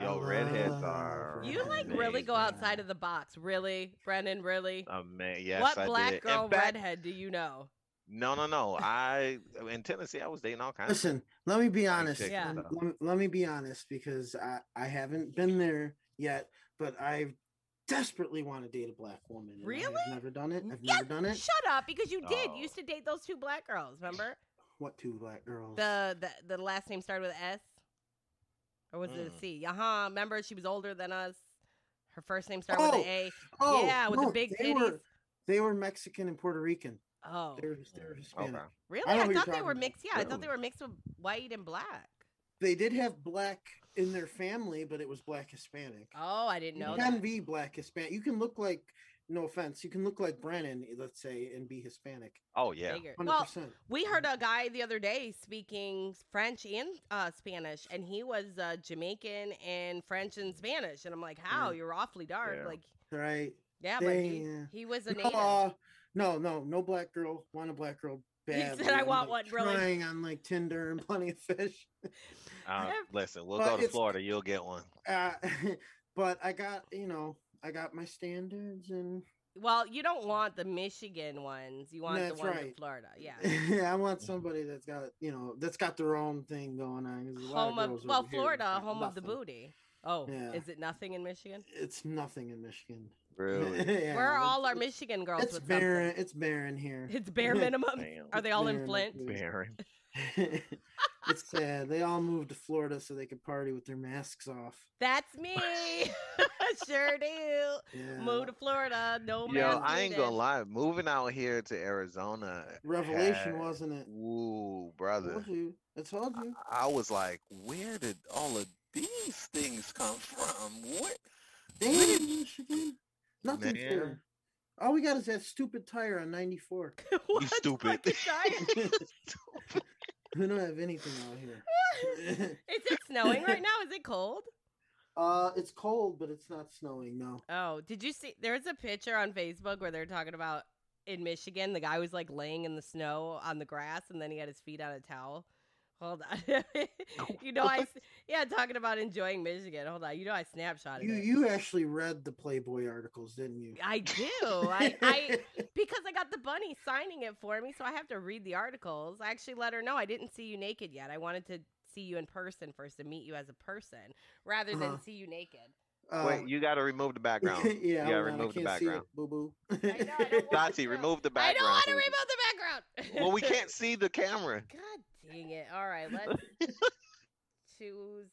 yo redheads love are You like really go outside of the box. Really, Brennan, really? amazing Uh, yes what I black did. In girl fact, redhead do you know? No, no, no. I in Tennessee, I was dating all kinds. Listen, let me be Like honest. chicks Yeah. and Let, stuff. let- let me be honest because I, I haven't been there yet, but I desperately want to date a black woman. and I have Really? never done it. I've Yeah, never done it. Shut up because you did. You Oh. used to date those two black girls, remember? What two black girls? The the, the last name started with S? Or was it a Mm. C? Uh huh. Remember, she was older than us. Her first name started with an A. oh, yeah, with no, the big they titties. were, they were Mexican and Puerto Rican. oh. They were, they were Hispanic. Okay. Really? know I, who you're thought they talking were about. mixed. Yeah, I thought Really? they were mixed with white and black. They did have black in their family, but it was black Hispanic. Oh, I didn't know you can that. be black Hispanic. You can look like, no offense, you can look like Brennan, let's say, and be Hispanic. Oh yeah. Figured. 100%. Well, we heard a guy the other day speaking French and uh, Spanish, and he was uh, Jamaican and French and Spanish. And I'm like, how? Mm. You're awfully dark. Yeah. Like, right? yeah, but he, Damn. he was a No, native. uh, no, no, no black girl. Want a black girl He bad. said, "I want one, really." Trying on like Tinder and plenty of fish. Uh, Ev- listen, we'll But go to it's- Florida. You'll get one. Uh, but I got you know I got my standards and Well, you don't want the Michigan ones. You want the That's ones in right. Florida. Yeah. yeah, I want somebody that's got you know that's got their own thing going on. 'cause a lot home of girls well, over here Florida, got home of the nothing. booty. Oh, Yeah. is it nothing in Michigan? It's nothing in Michigan. Really? Yeah, Where are it's- all our it's- Michigan girls It's with barren. something? It's barren here. It's bare minimum. Damn. Are they all in Bare Flint? minimum. Barren. it's sad. They all moved to Florida so they could party with their masks off. That's me. sure do. Yeah. Move to Florida. No Yo, man. I ain't gonna lie. Moving out here to Arizona, Revelation, had- wasn't it? Ooh, I brother. told you. I told Uh, you. I was like, Where did all of these things come from? What? Damn, Michigan. Nothing Man. fair. All we got is that stupid tire on 94. What stupid. fucking diet? we don't have anything out here. is it snowing right now? Is it cold? Uh, it's cold, but it's not snowing. No. Oh, did you see? There's a picture on Facebook where they're talking about in Michigan, the guy was like laying in the snow on the grass, and then he had his feet on a towel. Hold on, you know I, s- yeah, talking about enjoying Michigan. Hold on, you know I snapshotted You it. you actually read the Playboy articles, didn't you? I do. I, I because I got the bunny signing it for me, so I have to read the articles. I actually let her know I didn't see you naked yet. I wanted to see you in person first to meet you as a person rather Uh-huh. than see you naked. Uh, wait, you got to remove the background. yeah, you gotta hold on, remove I the can't see it, background. Boo I know, I don't boo. want- Dati, to. remove the I background. don't want so to we remove the can- background. Well, we can't see the camera. God dang it. All right, let's choose.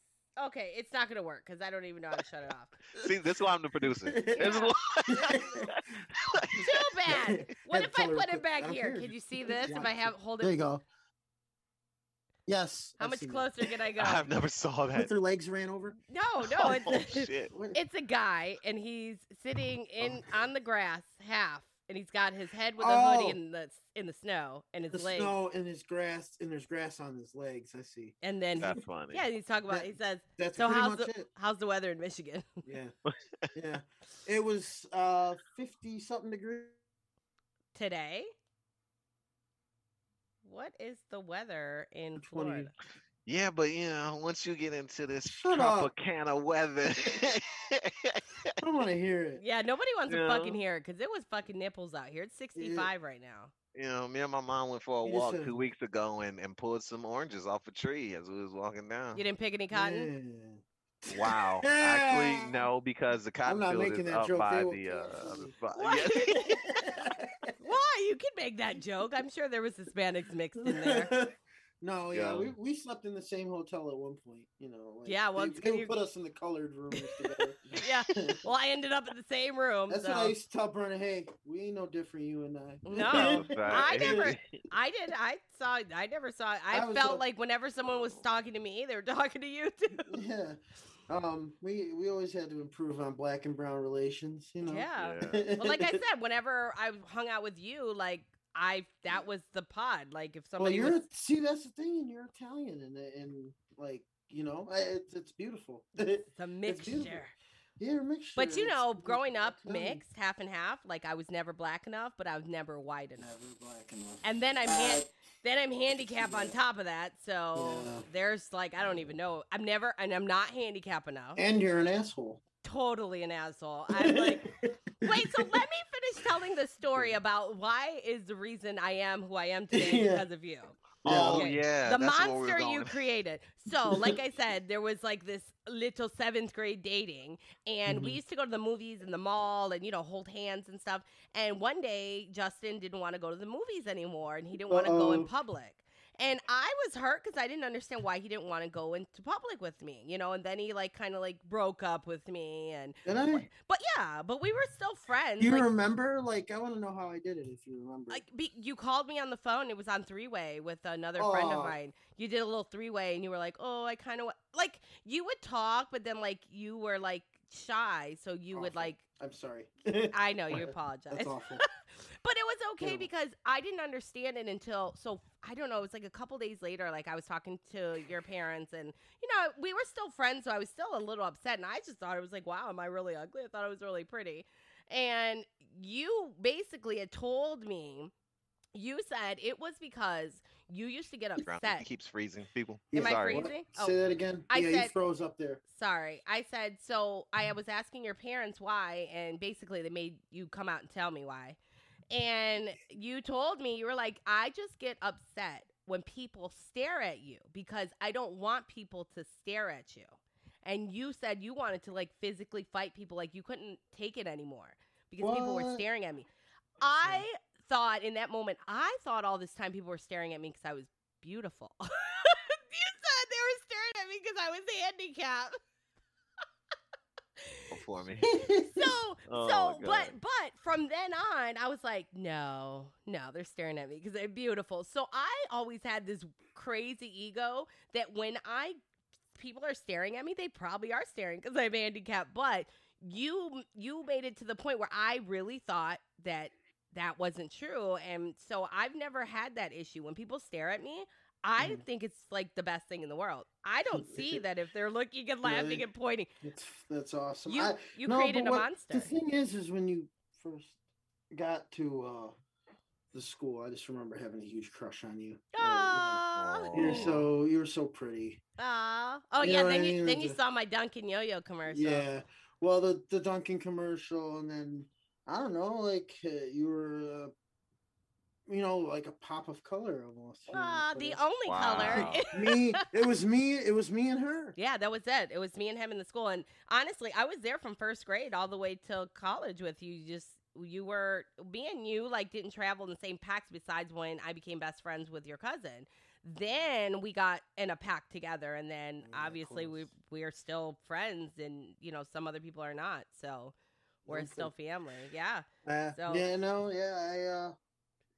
Okay, it's not going to work because I don't even know how to shut it off. See, this is why I'm the producer. This is Yeah. why- Too Oh, bad. What Had if to I tell her to put quit. it I back don't here? care. Can you see You this? If want I have, to. hold There you it. go. Yes. How I've much seen that. closer can I go? I've never saw With that. their legs ran over. No, no. oh It's, shit! What- it's a guy and he's sitting in on the grass half and he's got his head with a Oh. hoodie in the in the snow and his the legs. snow and his grass and there's grass on his legs. I see. And then he, That's funny. yeah, he's talking about That- he says, That's "So pretty how's much the, it. how's the weather in Michigan?" Yeah, yeah. It was uh fifty something degrees. today. What is the weather in Which one are you- Florida? Yeah, but you know, once you get into this Shut up. Tropicana weather, I don't want to hear it. Yeah, nobody wants to Yeah. fucking hear it because it was fucking nipples out here. It's 65 right now. you know, me and my mom went for a You just walk said- two weeks ago and, and pulled some oranges off a tree as we was walking down. You didn't pick any cotton? Yeah. Wow. Yeah. Actually, no, because the cotton not field making is that up joke. They by will the uh, cancel other me. spot. What? Yeah. Why? You can make that joke. I'm sure there was Hispanics mixed in there. no, yeah, Yeah. we, we slept in the same hotel at one point. You know, like, Yeah, they- once they, would you- put us in the colored rooms together. yeah. Well, I ended up in the same room. That's so. what I used to tell Brenna. Hey, we ain't no different, you and I. No. Sorry. I never- I did. I saw. I never saw. I, I was felt up- like whenever someone was talking to me, they were talking to you too. yeah. Um, we we always had to improve on black and brown relations, you know. Yeah. Yeah. Well, like I said, whenever I hung out with you, like I that was the pod. Like if well, somebody you're was, see that's the thing, and you're Italian, and and like you know, I- it's it's beautiful. it's a beautiful. mixture. yeah, mixture. But you it's- know, it's growing up Italian. mixed, half and half, like I was never black enough, but I was never white enough. Never black enough. And then I'm han- Uh, then I'm handicapped on yeah. top of that. So Yeah. there's like I don't even know. I'm never and I'm not handicapped enough. and you're an asshole. Totally an asshole. I'm like Wait, so let me finish telling the story about why is the reason I am who I am today Yeah. because of you. Oh Okay. yeah, the that's where we monster were you going. created. So, like I said, there was like this little seventh grade dating, and we Mhm. used to go to the movies and the mall and, you know, hold hands and stuff. And one day, Justin didn't want to go to the movies anymore, and he didn't want to go in Uh-oh. public. And I was hurt because I didn't understand why he didn't want to go into public with me, you know. And then he like kind of like broke up with me, and And I, but yeah, but we were still friends. you like, remember? Like, I want to know how I did it. If you remember, like be, you called me on the phone. It was on three way with another friend of Oh. mine. You did a little three way, and you were like, "Oh, I kind of like you would talk, but then like you were like shy, so you would Awful. like." I'm sorry. I know you That's apologize, That's awful. but it was okay Terrible. because I didn't understand it until so I don't know. It was like a couple days later. Like I was talking to your parents, and you know we were still friends, so I was still a little upset, and I just thought it was like, "Wow, am I really ugly?" I thought I was really pretty, and you basically had told me you said it was because You used to get Ground- upset. He keeps freezing people. Yeah. Am I Sorry. freezing? Say Oh, that again. I yeah, you said- froze up there. Sorry, I said so. I was asking your parents why, and basically they made you come out and tell me why. And you told me you were like, I just get upset when people stare at you because I don't want people to stare at you. And you said you wanted to like physically fight people, like you couldn't take it anymore because people were What? staring at me. I thought in that moment, I thought all this time people were staring at me because I was beautiful. you said they were staring at me because I was handicapped. Go for me. so Oh, so but my God. but from then on i was like no no they're staring at me because they're beautiful so i always had this crazy ego that when i people are staring at me they probably are staring because i'm handicapped but you you made it to the point where i really thought that that wasn't true and so i've never had that issue when people stare at me I Mhm. think it's like the best thing in the world. I don't see that if they're looking and laughing Really? and pointing. That's that's awesome. You I, you no, created a but what- monster. The thing is, is when you first got to uh, the school, I just remember having a huge crush on you. Uh, Aw. you know, You're so you're so pretty. Aw. Oh You yeah, know then what I you mean? then It's you a- saw my Dunkin' Yo-Yo commercial. Yeah. Well, the the Duncan commercial, and then I don't know, like uh, you were, uh, you know, like a pop of color almost. you know, Aw, so the it's- only Wow. color. me. It was me. It was me and her. yeah, that was it. It was me and him in the school, and honestly, I was there from first grade all the way till college with you. You Just you were me and you like didn't travel in the same packs. Besides when I became best friends with your cousin, then we got in a pack together, and then Yeah, obviously we close. we are still friends, and you know some other people are not. So we're Okay. still family. Yeah. Uh, So- yeah, no, yeah, I. Uh,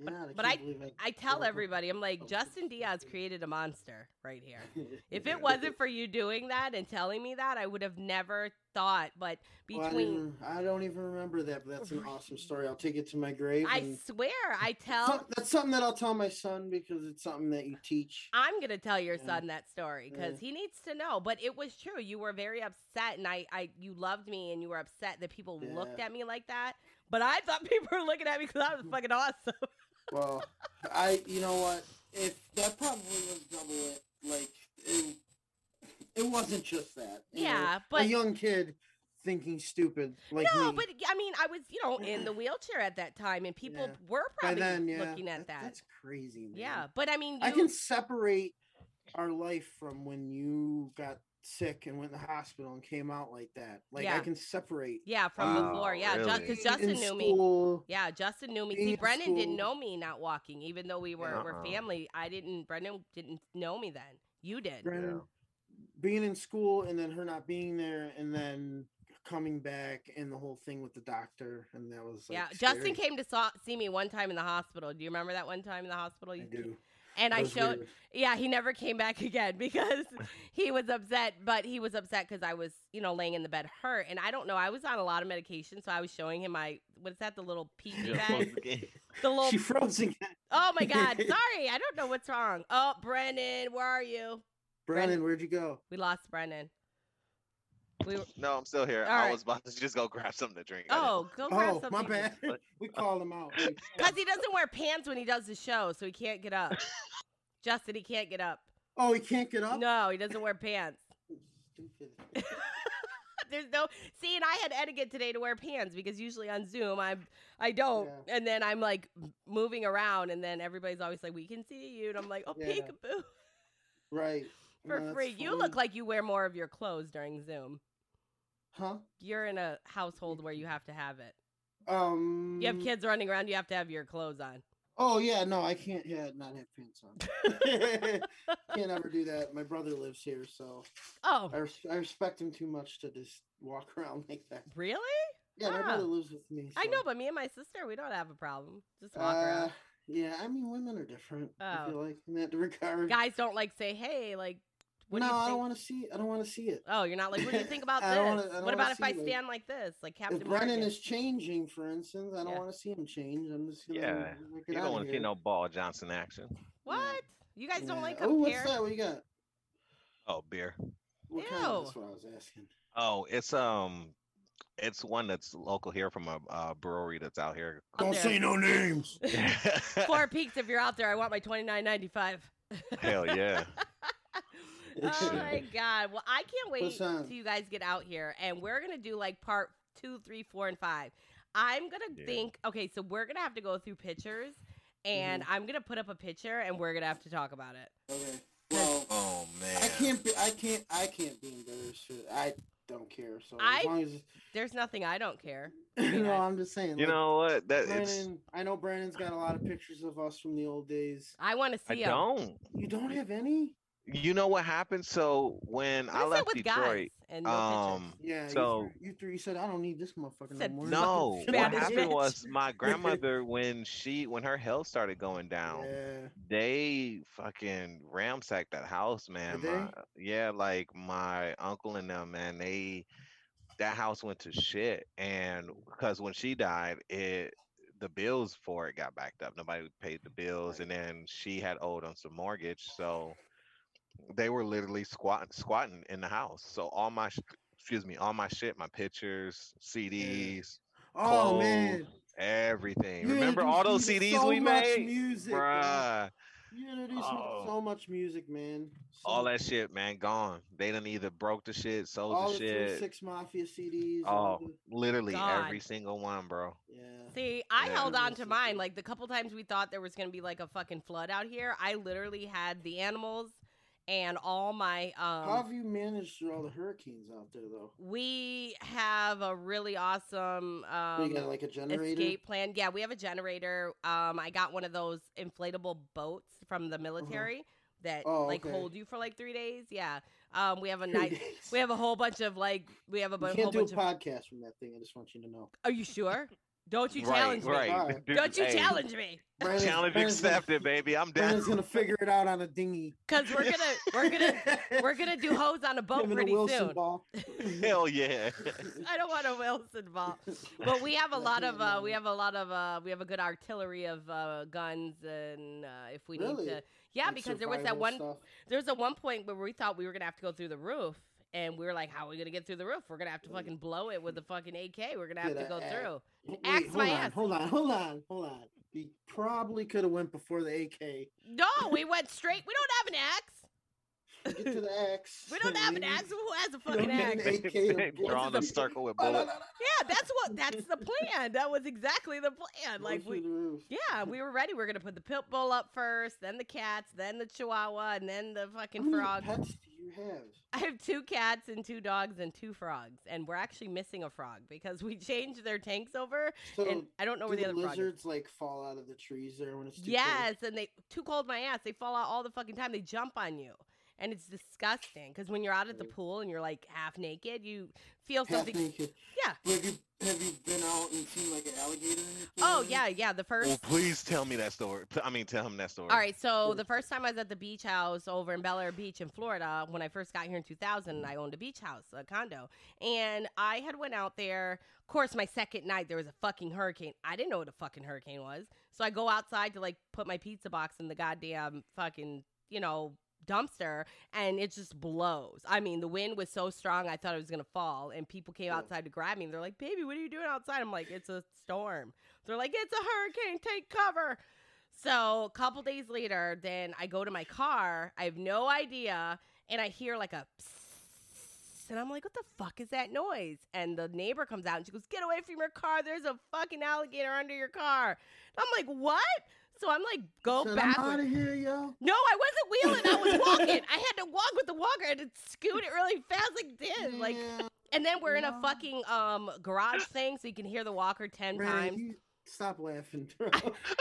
yeah, I but I- can't believe I tell broke up. everybody, I'm like, Oh, Justin shit. Diaz created a monster right here. If it wasn't for you doing that and telling me that, I would have never thought. But Well, I between, didn't- I, don't even remember that, but that's an awesome story. I'll take it to my grave. I and- swear, I tell, Some- that's something that I'll tell my son because it's something that you teach. I'm gonna tell your Yeah. son that story because he needs to know. But it was true. You were very upset, and I, I, you loved me, and you were upset that people looked Yeah. at me like that. But I thought people were looking at me because I was fucking awesome. Well, I, you know what? If that probably was double it, like it, it wasn't just that. you know, Yeah, but- a young kid thinking stupid like no, me. but I mean, I was, you know, in the wheelchair at that time, and people Yeah. were by probably then, yeah, looking at that. that's crazy. Man. yeah, but I mean, you, I can separate our life from when you got sick and went to the hospital and came out like that. Like I Yeah. can separate. Yeah, from Wow, before. Yeah, really? because Justin in knew me. school, Yeah, Justin knew me. being See, in Brendan didn't school. know me not walking, even though we were, Uh-uh. were family. I didn't. Brendan didn't know me then. You did. Brennan, being in school and then her not being there and then coming back and the whole thing with the doctor and that was like, yeah, Justin scary. came to saw, see me one time in the hospital. Do you remember that one time in the hospital? I You- do. And That I was showed. weird. Yeah, he never came back again because he was upset. But he was upset because I was, you know, laying in the bed hurt, and I don't know. I was on a lot of medication, so I was showing him my what is that? The little pee pee bag, the little She froze again. Oh my God. Sorry. I don't know what's wrong. Oh, Brennan, where are you? Brennan, where'd you go? We lost Brennan. We were, No, I'm still here. All I right. was about to just go grab something to drink. I didn't- oh, go grab Oh, my something. bad. we called him out. Like, Because he doesn't wear pants when he does the show, so he can't get up. Justin, he can't get up. oh, he can't get up. No, he doesn't wear pants. Stupid. There's no see, and I had etiquette today to wear pants because usually on Zoom I'm I don't, Yeah. and then I'm like moving around, and then everybody's always like, "We can see you," and I'm like, "Oh, Yeah. peekaboo Right. for No, that's free." You fine. look like you wear more of your clothes during Zoom. huh? you're in a household where you have to have it. Um. You have kids running around, you have to have your clothes on. Oh yeah, no, I can't. Yeah, not have pants on. can't ever do that. My brother lives here, so Oh, I, res- I respect him too much to just walk around like that. really? Yeah, Ah. my brother lives with me. I know, so, but me and my sister, we don't have a problem. Just walk around. uh, Yeah, I mean, women are different. I Oh. feel like in that regard. Guys don't like say, "Hey, like, what no, do you I think?" don't want to see. I don't want to see it. Oh, you're not like, what do you think about I this? don't wanna- I don't what wanna about if see I you, like- stand like this, like Captain if Brennan Morgan? is changing, for instance, I don't Yeah. want to see him change. I'm just gonna Yeah, like, get You out don't of want to see here. no Ball Johnson action. What? You guys don't Yeah. like Oh, compare? what's that? What you got? Oh, beer. What kind? Of, Ew. that's what I was asking. Oh, it's um It's one that's local here from a, uh brewery that's out here. Up Don't there. say no names. Four Peaks, if you're out there, I want my twenty nine ninety five. Hell yeah. oh my god! Well, I can't wait Listen. till you guys get out here, and we're gonna do like part two, three, four, and five. I'm gonna Yeah. think. Okay, so we're gonna have to go through pictures, and I'm gonna put up a picture, and we're gonna have to talk about it. Okay. Well, Oh man. I can't be. I can't. I can't be embarrassed. For, I don't care. So I- as long as There's nothing I don't care. no, I'm just saying. You like, know what? That it's Brandon. I know Brandon's got a lot of pictures of us from the old days. I want to I see 'em. don't. You don't have any? You know what happened? So when What I is it left with Detroit, guys and no um, Yeah. you So- three- you three, you said I don't need this motherfucker Said no more. no, fucking what Spanish happened bitch. was my grandmother when she when her health started going down, Yeah. they fucking ramsacked that house, man. they? My, yeah, like my uncle and them, man. They that house went to shit, and because when she died, it the bills for it got backed up. Nobody paid the bills, and then she had owed on some mortgage, so they were literally squatting squatting in the house. So all my sh- excuse me, all my shit, my pictures, CDs, Oh Clothes. man. everything. You Remember introduced all me those to CDs so we much made, Music, man. bruh. You introduced me to Oh. so much music, man. So all much- that shit, man, gone. They done either broke the shit, sold all the the Three shit. six mafia CDs. all Oh, the- literally God. every single one, bro. yeah. See, I Yeah. held on to Listen. mine. Like the couple times we thought there was gonna be like a fucking flood out here, I literally had the animals and all my um. How have you managed through all the hurricanes out there, though? We have a really awesome What, um, you got like a generator. escape plan. Yeah, we have a generator. Um, I got one of those inflatable boats from the military that Uh-huh. Oh, like okay. hold you for like three days. Yeah. Um, we have a Three nice. days. We have a whole bunch of like. We have a bu- You whole can't do a bunch of. podcast from that thing. I just want you to know. Are you sure? Don't you right, challenge me? right. Alright. Dude, Don't you hey, challenge me? Brandon's- Challenge Brandon's gonna- accepted, baby. I'm down. Brandon's gonna figure it out on a dinghy. Because we're gonna we're gonna we're gonna do hose on a boat Give him the pretty Wilson soon. Ball. Hell yeah. I don't want a Wilson ball. but we have a I lot can't of uh, we have imagine. a lot of uh, we have a good artillery of uh, guns and uh, if we Really? need to yeah Like because there was that survival one stuff. there was a one point where we thought we were gonna have to go through the roof and we were like how are we gonna get through the roof we're gonna have to fucking blow it with the fucking AK we're gonna have Did to I go add- through Wait, axe hold my on, ass. Hold on, hold on, hold on. You probably could have went before the AK. no we went straight we don't have an axe Get to the axe. we don't have an maybe. axe who has a You don't fucking get axe an AK to blow Drawing the- a circle with Oh, no, bullets. no, no, yeah that's what that's the plan that was exactly the plan no, like through we the roof. Yeah, we were ready. We are gonna put the pit bull up first, then the cats, then the chihuahua, and then the How fucking many frog. pets do you have? I have two cats and two dogs and two frogs, and we're actually missing a frog because we changed their tanks over, So and I don't know do where the the other frog. Is. lizards like fall out of the trees there when it's too cold? Yes, and they too cold my ass. They fall out all the fucking time. They jump on you, and it's disgusting. Because when you're out at the Right. pool and you're like half naked, you feel Half something. naked. Yeah. Have you have you been out and seen like an alligator? or anything Oh lately? yeah, yeah. The first Well, please tell me that story. P- I mean, tell him that story. All right, so Sure. the first time I was at the beach house over in Bel Air Beach in Florida, when I first got here in 2000, I owned a beach house, a condo, and I had went out there. Of course, my second night there was a fucking hurricane. I didn't know what a fucking hurricane was, so I go outside to like put my pizza box in the goddamn fucking you know dumpster, and it just blows. I mean, the wind was so strong, I thought it was gonna fall, and people came Yeah. outside to grab me. And they're like, "Baby, what are you doing outside?" I'm like, "It's a storm." They're like, "It's a hurricane. Take cover." So a couple days later, then I go to my car. I have no idea, and I hear like a, psst, and I'm like, "What the fuck is that noise?" And the neighbor comes out and she goes, "Get away from your car! There's a fucking alligator under your car." And I'm like, "What?" So I'm like, "Go Said, back." I'm out of here, yo. No, I wasn't wheeling. I was walking. I had to walk with the walker. I had to scoot it really fast, like this, like. Yeah, And then we're in a No. fucking um garage thing, so you can hear the walker ten Brandon, times. you- Stop laughing, bro. I-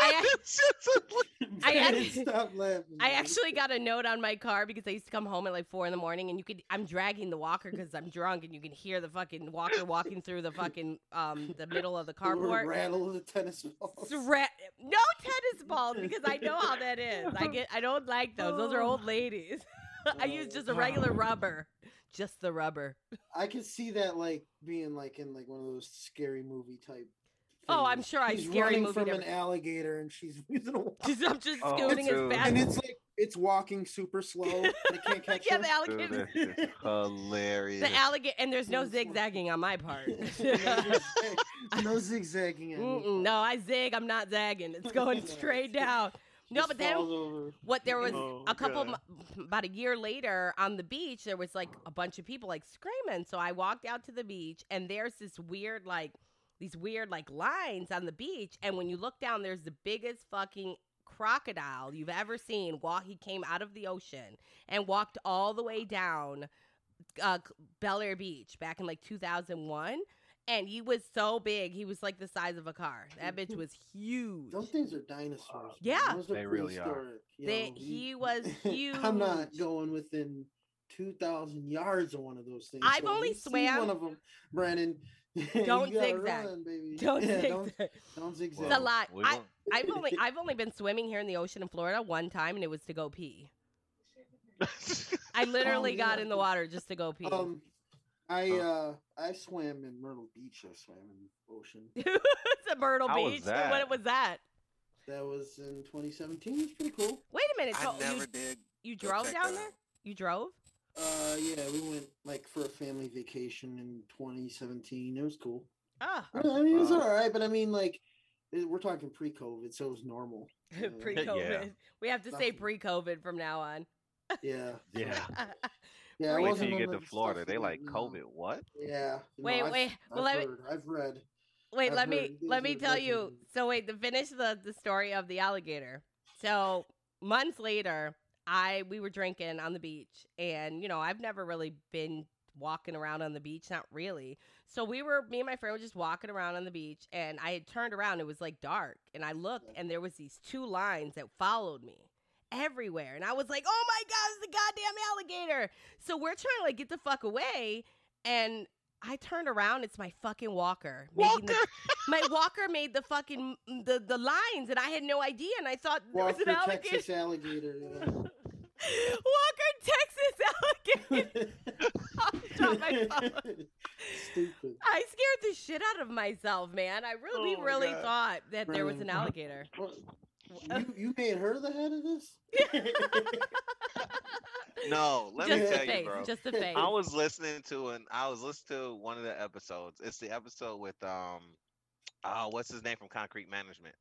I Brandon, actually- stop laughing. I bro. actually got a note on my car because I used to come home at like four in the morning, and you could. I'm dragging the walker because I'm drunk, and you can hear the fucking walker walking through the fucking um the middle of the The word carport. rattle of the tennis balls. Thra- no tennis balls because I know how that is. I get. I don't like those. Those Oh. are old ladies. I use just a regular rubber, just the rubber. I could see that like being like in like one of those scary movie type Oh, I'm sure I He's scary running movie. from never- an alligator, and she's using a walk. I'm just Oh, scooting dude. as fast. and it's like it's walking super slow. and I can't catch yeah, her. the Dude, alligator. that shit is hilarious. The alligator, and there's no It's like- zigzagging on my part. no zigzagging. at me. Mm-mm, no, I zig. I'm not zagging. It's going straight down. No, Just but then falls over. what there was Oh, a couple m- about a year later on the beach there was like a bunch of people like screaming so i walked out to the beach and there's this weird like these weird like lines on the beach and when you look down there's the biggest fucking crocodile you've ever seen walk he came out of the ocean and walked all the way down uh, Bel Air Beach back in like 2001 and he was so big he was like the size of a car that bitch was huge Those things are dinosaurs. man. Yeah. Those They really are. prehistoric, you They- know, he was I'm not huge. going within 2,000 yards of one of those things. I've so only you see swam- one of them, Brandon. you Don't gotta zigzag. run, baby. don't Yeah, take don't, that. don't Well, zigzag. It's a lot. we I- won't- I've only I've only been swimming here in the ocean in Florida one time, and it was to go pee. I literally got Oh, yeah. in the water just to go pee. Um, I Huh. uh I swam in Myrtle Beach. I swam in the ocean. it's a Myrtle How was Beach. and What that? was that? That was in 2017. It's pretty cool. Wait a minute. So I never you, did. you go drove check that down there? out. You drove? Uh, yeah, we went like for a family vacation in 2017. It was cool. Oh, I mean, I mean, it was Wow. all right, but I mean, like, it- we're talking pre-COVID, so it was normal. Yeah. pre-COVID. We have to say Nothing. pre-COVID from now on. Yeah, yeah. yeah. I Wait till wasn't you on get the to Florida. stuff They that, like you know, COVID. What? Yeah. no, Wait, I've- wait, I've well, let me- heard, I've read. Wait, I've let heard me it is let me a tell you. legend. So wait, to finish the the story of the alligator. So months later, I we were drinking on the beach, and you know I've never really been walking around on the beach, not really. So we were me and my friend were just walking around on the beach, and I had turned around. It was like dark, and I looked, and there was these two lines that followed me everywhere, and I was like, oh my god, it's a goddamn alligator! So we're trying to like get the fuck away, and. I turned around. It's my fucking walker. making the- Walker. my walker made the fucking the the lines, and I had no idea, and I thought there was Walker, an alligator. Texas alligator. yeah. Walker, Texas alligator. I'll drop my phone. Stupid. I scared the shit out of myself, man. I really, Oh my really God. thought that there was an Brilliant. alligator. What- Uh, You, you made her the head of this? No, let just me the tell face, you, bro. just the face. I was listening to an I was listening to one of the episodes. It's the episode with um oh what's his name from Concrete Management?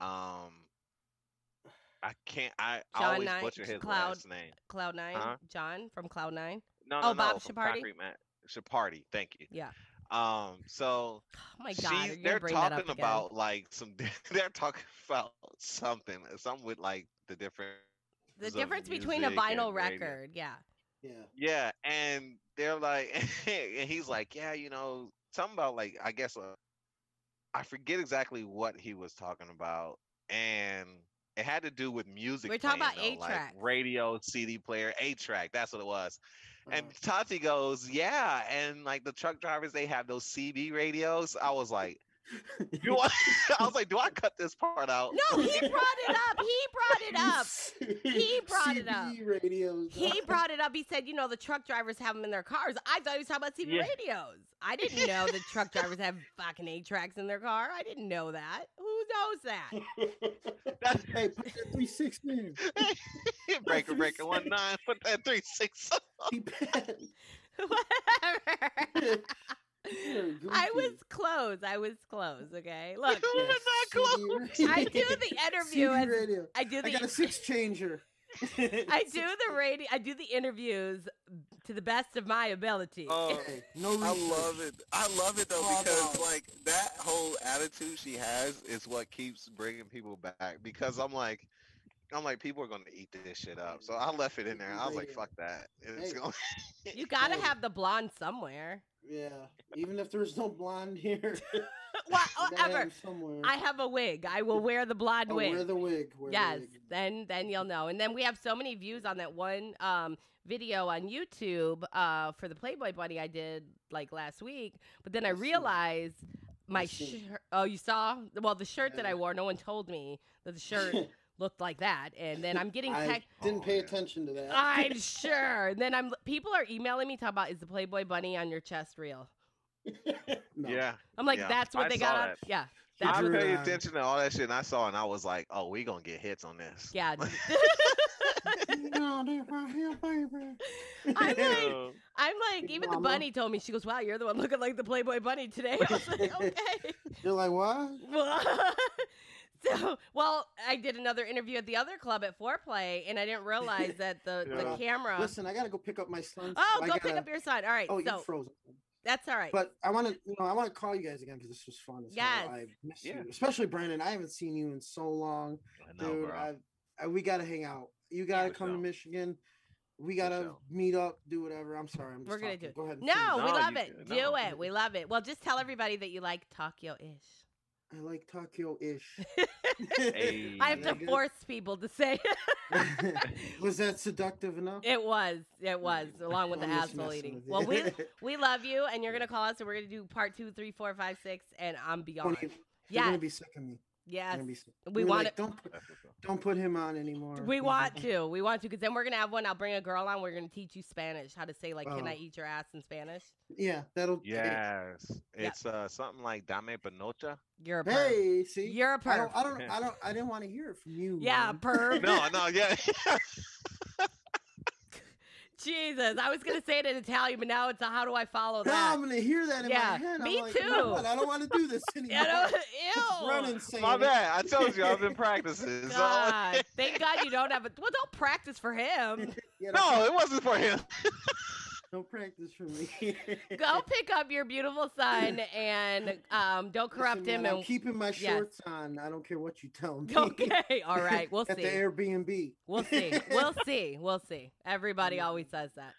Um I can't I, I John always Knight- butcher his Cloud. last name. Cloud Nine, Huh? John from Cloud Nine. No, Oh, no, Bob no, from Shapardi? Concrete Man Shapardi, thank you. Yeah. Um so Oh my god, she's- you're gonna they're bring that up talking again. about like some they're talking about something. Something with like the different the of difference between a music vinyl and radio. record. Yeah. Yeah. Yeah, and they're like, and he's like, yeah, you know, something about like, I guess, uh, I forget exactly what he was talking about, and it had to do with music. We're talking playing, about though, like eight-tracks. radio, CD player, eight track. That's what it was. And Mm. uh, Tati goes, yeah, and like the truck drivers, they have those CD radios. I was like, Uh, do I, I was like, do I cut this part out? No, he brought it up. He brought it up. He brought it up. CB radios. He brought it up. He said, you know, the truck drivers have them in their cars. I thought he was talking about CB Yeah. radios. I didn't know the truck drivers have fucking eight tracks in their car. I didn't know that. Who knows that? hey, put that three six in. breaker, breaker, one nine, put that three six. He bad. Whatever. You're I was goofy. close. I was close. Okay. Look, We're Yeah, not CD I do radio. the CD interview. As, radio. I do I got a the. six changer. I do the radio. I do the interviews to the best of my ability. Oh, Hey, no I research. love it. I love it though Bravo. because like that whole attitude she has is what keeps bringing people back because I'm like, I'm like, people are going to eat this shit up. So I left it in there. I was like, Yeah. fuck that. It's Hey. gonna- you gotta hey. have the blonde somewhere. Yeah, even if there's no blonde here. you gotta have Whatever. him Somewhere. Oh, I have a wig. I will wear the blonde Oh, wig. Wear the wig. Wear the yes wig. then then you'll know and then we have so many views on that one um video on youtube uh for the playboy bunny i did like last week but then i I see. realized my I see. shirt oh you saw well the shirt that i Yeah. wore no one told me that the shirt looked like that and then i'm getting I tech didn't Oh, pay yeah. attention to that. i'm sure and then i'm people are emailing me talking about is the playboy bunny on your chest real No. uh, yeah. i'm like Yeah, that's what I they saw got on that. yeah That I drew paid down. attention to all that shit and I saw it and I was like, oh, we gonna get hits on this. Yeah. No, they're right here, baby. I'm like, So, I'm like, Big even the mama. bunny told me, she goes, Wow, you're the one looking like the Playboy bunny today. I was like, Okay. You're like, what? Well, so, well, I did another interview at the other club at Foreplay, and I didn't realize that the, Yeah. the camera. Listen, I gotta go pick up my son. oh, I go pick gotta- up your son. All right. Oh, so you're frozen. that's all right. But I want to, you know, I want to call you guys again because this was fun. As Yes. hell. I miss Yeah. you, especially Brandon. I haven't seen you in so long, I know, dude. bro. I, I, we gotta hang out. You gotta for come sure. to Michigan. We gotta sure. meet up, do whatever. I'm sorry, I'm just We're gonna talking. do it. Go ahead. and no, finish. we No, love you it. can- Do no. it. We love it. Well, just tell everybody that you like Tokyo ish. I like Tokyo ish. hey, I have to Very good. force people to say it. was that seductive enough? It was. It was, along with the I'm just asshole messing eating. with you. Well, we we love you, and you're gonna call us, and we're gonna do part two, three, four, five, six, and I'm beyond. Tony, You're Yes, gonna be sick of me. You're yes, gonna be sick. we You're want like, it. Don't put- don't put him on anymore. We He's want like, to. We want to, because then we're gonna have one. I'll bring a girl on. We're gonna teach you Spanish, how to say like, "Can I Oh. eat your ass?" in Spanish. Yeah, that'll. yes. Yeah. It's uh something like Dame Pinocha. You're a perv. Hey, see. You're a I don't, perv. I don't, I don't, I didn't want to hear it from you. Yeah, man. perv. No, no, yeah. Jesus, I was gonna say it in Italian, but now it's a how do I follow Now that? I'm gonna hear that in Yeah, my head. me I'm like, you know too. what? I don't want to do this anymore. You know, Just ew. run and say My it. bad. I told you I've been practicing. so- God, thank God you don't have a. Well, don't practice for him. Yeah, don't no, prac- it wasn't for him. don't practice for me. Go pick up your beautiful son and um, don't corrupt Listen, him. man, I'm and keeping my Yes. shorts on. I don't care what you tell me. okay, all right, we'll At the see. Airbnb. We'll see. We'll see. We'll see. Everybody Mm. always says that.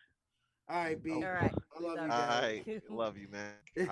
All Oh, right, B. All right. I love All you All guys. right. Love you, man.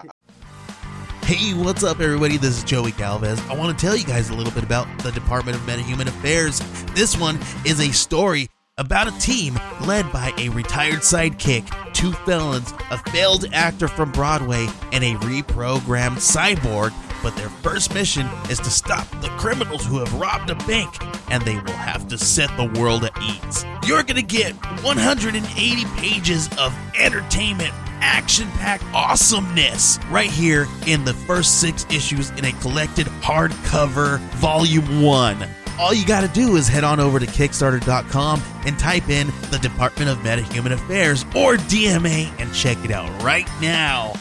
Hey, what's up, everybody? This is Joey Galvez. I want to tell you guys a little bit about the Department of Metahuman Affairs. This one is a story about a team led by a retired sidekick, two felons, a failed actor from Broadway, and a reprogrammed cyborg. But their first mission is to stop the criminals who have robbed a bank, and they will have to set the world at ease. You're going to get 180 pages of entertainment action packed awesomeness right here in the first six issues in a collected hardcover volume one. All you got to do is head on over to Kickstarter.com and type in the Department of Meta Human Affairs or DMA and check it out right now.